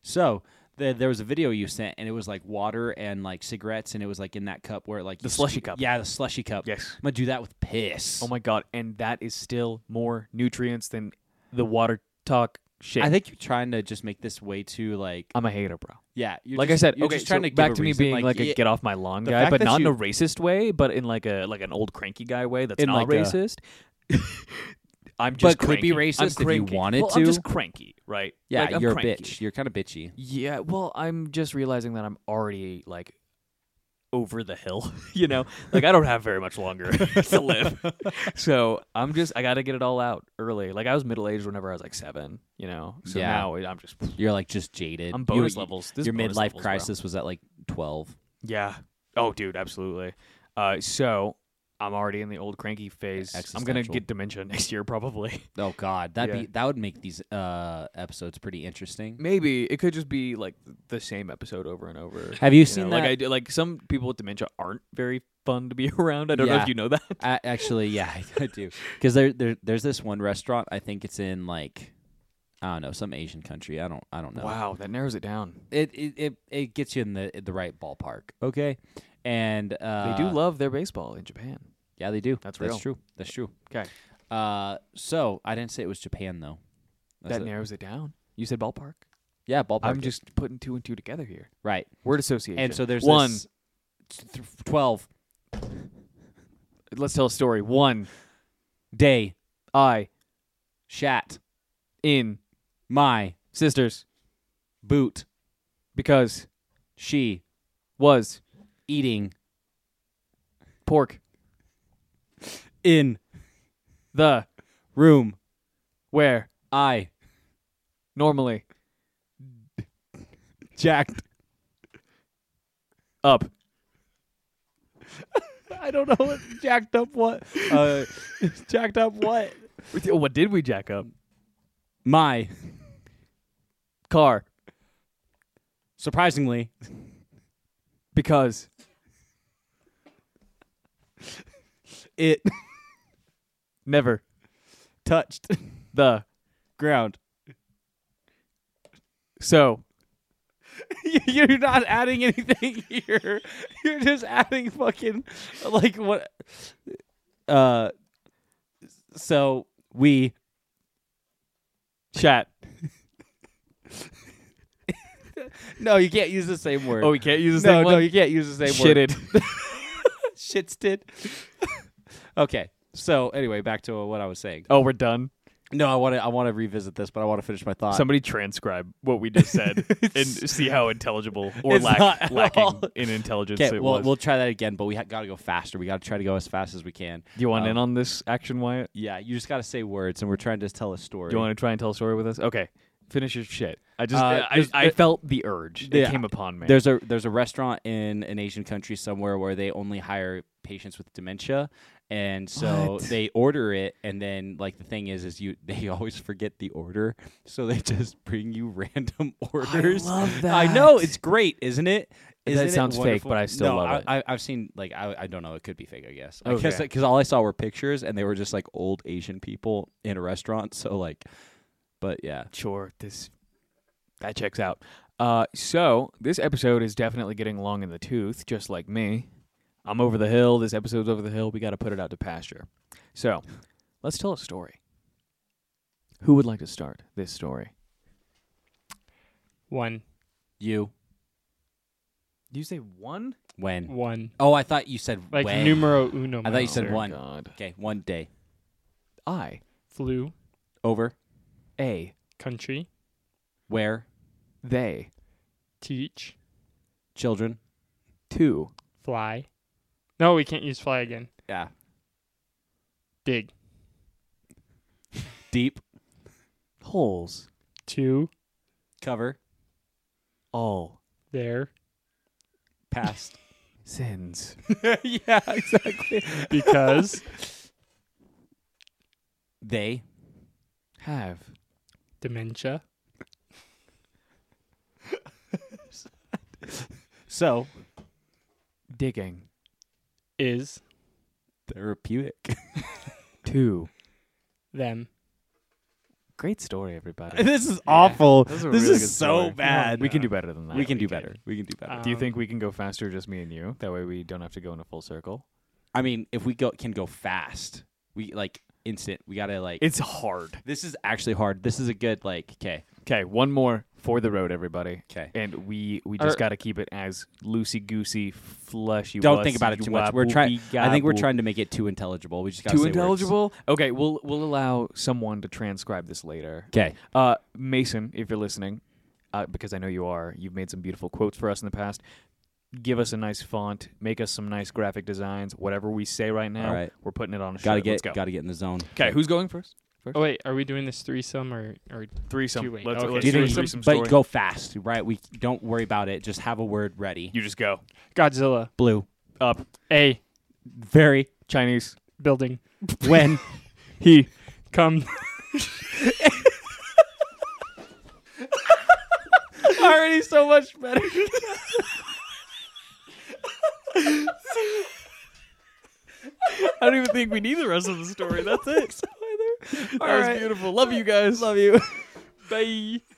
S2: So the, there was a video you sent, and it was like water and like cigarettes, and it was like in that cup where like
S1: The
S2: you sque-
S1: slushy cup.
S2: Yeah, the slushy cup.
S1: yes
S2: I'm gonna do that with piss.
S1: oh my god and that is still more nutrients than the water talk shit
S2: I think you're trying to just make this way too like
S1: i'm a hater bro
S2: yeah. You're
S1: like
S2: just-
S1: i said
S2: you're
S1: okay
S2: just trying
S1: so
S2: to
S1: back
S2: give a
S1: to me
S2: reason,
S1: being like,
S2: yeah,
S1: a get off my lawn
S2: the
S1: guy
S2: fact
S1: but
S2: that
S1: not in a
S2: you-
S1: racist way but in like a like an old cranky guy way that's
S2: In
S1: not
S2: like a-
S1: racist i'm just
S2: could be
S1: cranky. I'm
S2: racist if you
S1: cranky.
S2: wanted
S1: well, i'm
S2: to.
S1: just cranky right
S2: yeah,
S1: Like, I'm
S2: you're a
S1: cranky.
S2: bitch. You're kind of bitchy.
S1: Yeah, well, I'm just realizing that I'm already like over the hill, you know? Like I don't have very much longer to live. So, I'm just I got to get it all out early. Like I was middle-aged whenever I was like 7, you know. So
S2: Yeah.
S1: now I'm just
S2: You're like just jaded.
S1: I'm
S2: You-
S1: bonus
S2: you-
S1: levels. This is
S2: your
S1: bonus
S2: midlife
S1: levels, bro.
S2: crisis was at like 12.
S1: Yeah. Oh, dude, absolutely. Uh so I'm already in the old cranky phase. I'm going to
S2: Existential.
S1: get dementia next year probably.
S2: Oh God, that
S1: Yeah.
S2: would be that would make these uh episodes pretty interesting.
S1: Maybe it could just be like the same episode over and over.
S2: Have you
S1: You
S2: seen
S1: know,
S2: that?
S1: like I do, like some people with dementia aren't very fun to be around. I don't know
S2: Yeah.
S1: if you know that.
S2: I, actually, yeah, I, I do. Because there, there, there's this one restaurant. I think it's in like, I don't know, some Asian country. I don't, I don't know.
S1: Wow, that narrows it down.
S2: It, it, it, it gets you in the the right ballpark. Okay, and uh,
S1: they do love their baseball in Japan.
S2: Yeah, they do.
S1: That's
S2: That's
S1: real.
S2: true. That's true.
S1: Okay,
S2: Uh, so I didn't say it was Japan though. That's
S1: that
S2: it.
S1: narrows it down. You said ballpark.
S2: yeah, ballpark.
S1: I'm
S2: it.
S1: just putting two and two together here.
S2: right.
S1: Word association.
S2: And so there's
S1: one.
S2: this- th- th- twelve
S1: Let's tell a story. One.
S2: day
S1: I
S2: shat
S1: in
S2: my
S1: sisters
S2: boot.
S1: because
S2: She
S1: was
S2: eating
S1: pork
S2: in
S1: the
S2: Room.
S1: where
S2: I.
S1: normally
S2: Jacked.
S1: up
S2: I don't know what jacked up what. Uh, jacked up what?
S1: what did we jack up
S2: My.
S1: car
S2: Surprisingly.
S1: because
S2: It
S1: never
S2: touched
S1: the
S2: ground.
S1: so
S2: You're not adding anything here. You're just adding fucking like what uh so we
S1: chat
S2: No, you can't use the same word.
S1: oh we can't use the
S2: no,
S1: same
S2: no,
S1: one
S2: you can't use the same word.
S1: shitted
S2: Shits did. okay. So anyway, back to uh, what I was saying.
S1: oh we're done
S2: No, I want to I want to revisit this, but I want to finish my thought.
S1: somebody transcribe what we just said and see how intelligible or
S2: It's not
S1: lack,
S2: at
S1: lacking
S2: all.
S1: in intelligence
S2: okay,
S1: it
S2: we'll,
S1: was
S2: we'll try that again, but we ha- got to go faster. We got to try to go as fast as we can.
S1: do you want
S2: um,
S1: in on this action wyatt
S2: Yeah, you just got to say words, and we're trying to tell a story.
S1: Do you want to try and tell a story with us? Okay, finish your shit. I just
S2: Uh,
S1: I,
S2: there's-
S1: I felt the urge. It
S2: Yeah.
S1: came upon me.
S2: There's a there's a restaurant in an Asian country somewhere where they only hire patients with dementia, and so
S1: What?
S2: they order it, and then like the thing is, is you they always forget the order, so they just bring you random orders.
S1: love
S2: I know
S1: that.
S2: it's great, isn't it?
S1: That
S2: Isn't it
S1: sounds fake,
S2: wonderful?
S1: but I still
S2: No,
S1: love it.
S2: I, I've seen like I, I don't know. It could be fake, I guess. I guess
S1: Okay.
S2: because all I saw were pictures, and they were just like old Asian people in a restaurant. So like, but yeah,
S1: sure this that checks out. Uh, so this episode is definitely getting long in the tooth, just like me. I'm over the hill. This episode's over the hill. We got to put it out to pasture. So let's tell a story. Who would like to start this story?
S3: One.
S2: you
S1: Do you say one?
S2: when?
S3: One.
S2: Oh, I thought you said
S3: Like
S2: when.
S3: numero uno.
S2: I thought you
S3: Miles.
S2: said
S1: Dear
S2: one.
S1: Oh God.
S2: Okay, one day
S1: I
S3: flu,
S2: over
S1: a
S3: country,
S2: where
S1: they
S3: teach,
S2: children.
S1: two
S3: fly. No, we can't use fly again.
S2: Yeah,
S3: Dig.
S2: deep
S1: holes
S3: To
S2: cover
S1: all
S3: there
S2: past.
S1: sins
S2: yeah, exactly.
S3: because
S2: they
S1: have
S3: dementia.
S2: so
S1: digging
S3: is
S2: therapeutic.
S1: two.
S3: them.
S1: Great story, everybody.
S2: this is awful.
S1: Those
S2: This
S1: are
S2: is
S1: really good
S2: so
S1: story.
S2: bad.
S1: We can do better than that. Um,
S2: We can do better. We can do better.
S1: Do you think we can go faster, just me and you? That way we don't have to go in a full circle.
S2: I mean, if we go can go fast, we like instant. We gotta like.
S1: It's hard.
S2: this is actually hard. This is a good like. Okay,
S1: Okay, one more for the road, everybody.
S2: 'Kay.
S1: And we we just
S3: Are-
S1: got to keep it as loosey goosey, fleshy.
S2: don't think about it too much. We're trying. I think we're trying to make it too intelligible. We just gotta
S1: too intelligible. Okay, we'll we'll allow someone to transcribe this later.
S2: Okay.
S1: Uh, Mason, if you're listening, uh, because I know you are, you've made some beautiful quotes for us in the past. Give us a nice font, make us some nice graphic designs. Wwhatever we say right now,
S2: All right.
S1: we're putting it on a
S2: Gotta
S1: shirt. Let's go.
S2: get. Gotta get in the zone.
S1: Okay, who's going first?
S3: Oh wait, are we doing this threesome or or
S1: Threesome.
S3: You wait.
S1: Let's,
S3: Okay.
S1: let's
S2: Do you
S1: do a
S2: think-
S1: threesome
S2: but
S1: story.
S2: go fast, right? We don't worry about it. Just have a word ready.
S1: You just go
S3: Godzilla?
S2: Blue,
S1: up.
S3: A
S2: very
S1: Chinese.
S3: building.
S2: when
S3: He come.
S2: already so much better.
S1: I don't even think we need the rest of the story. That's it.
S2: All
S1: That was
S2: right.
S1: beautiful. Love you guys.
S2: Love you.
S1: Bye.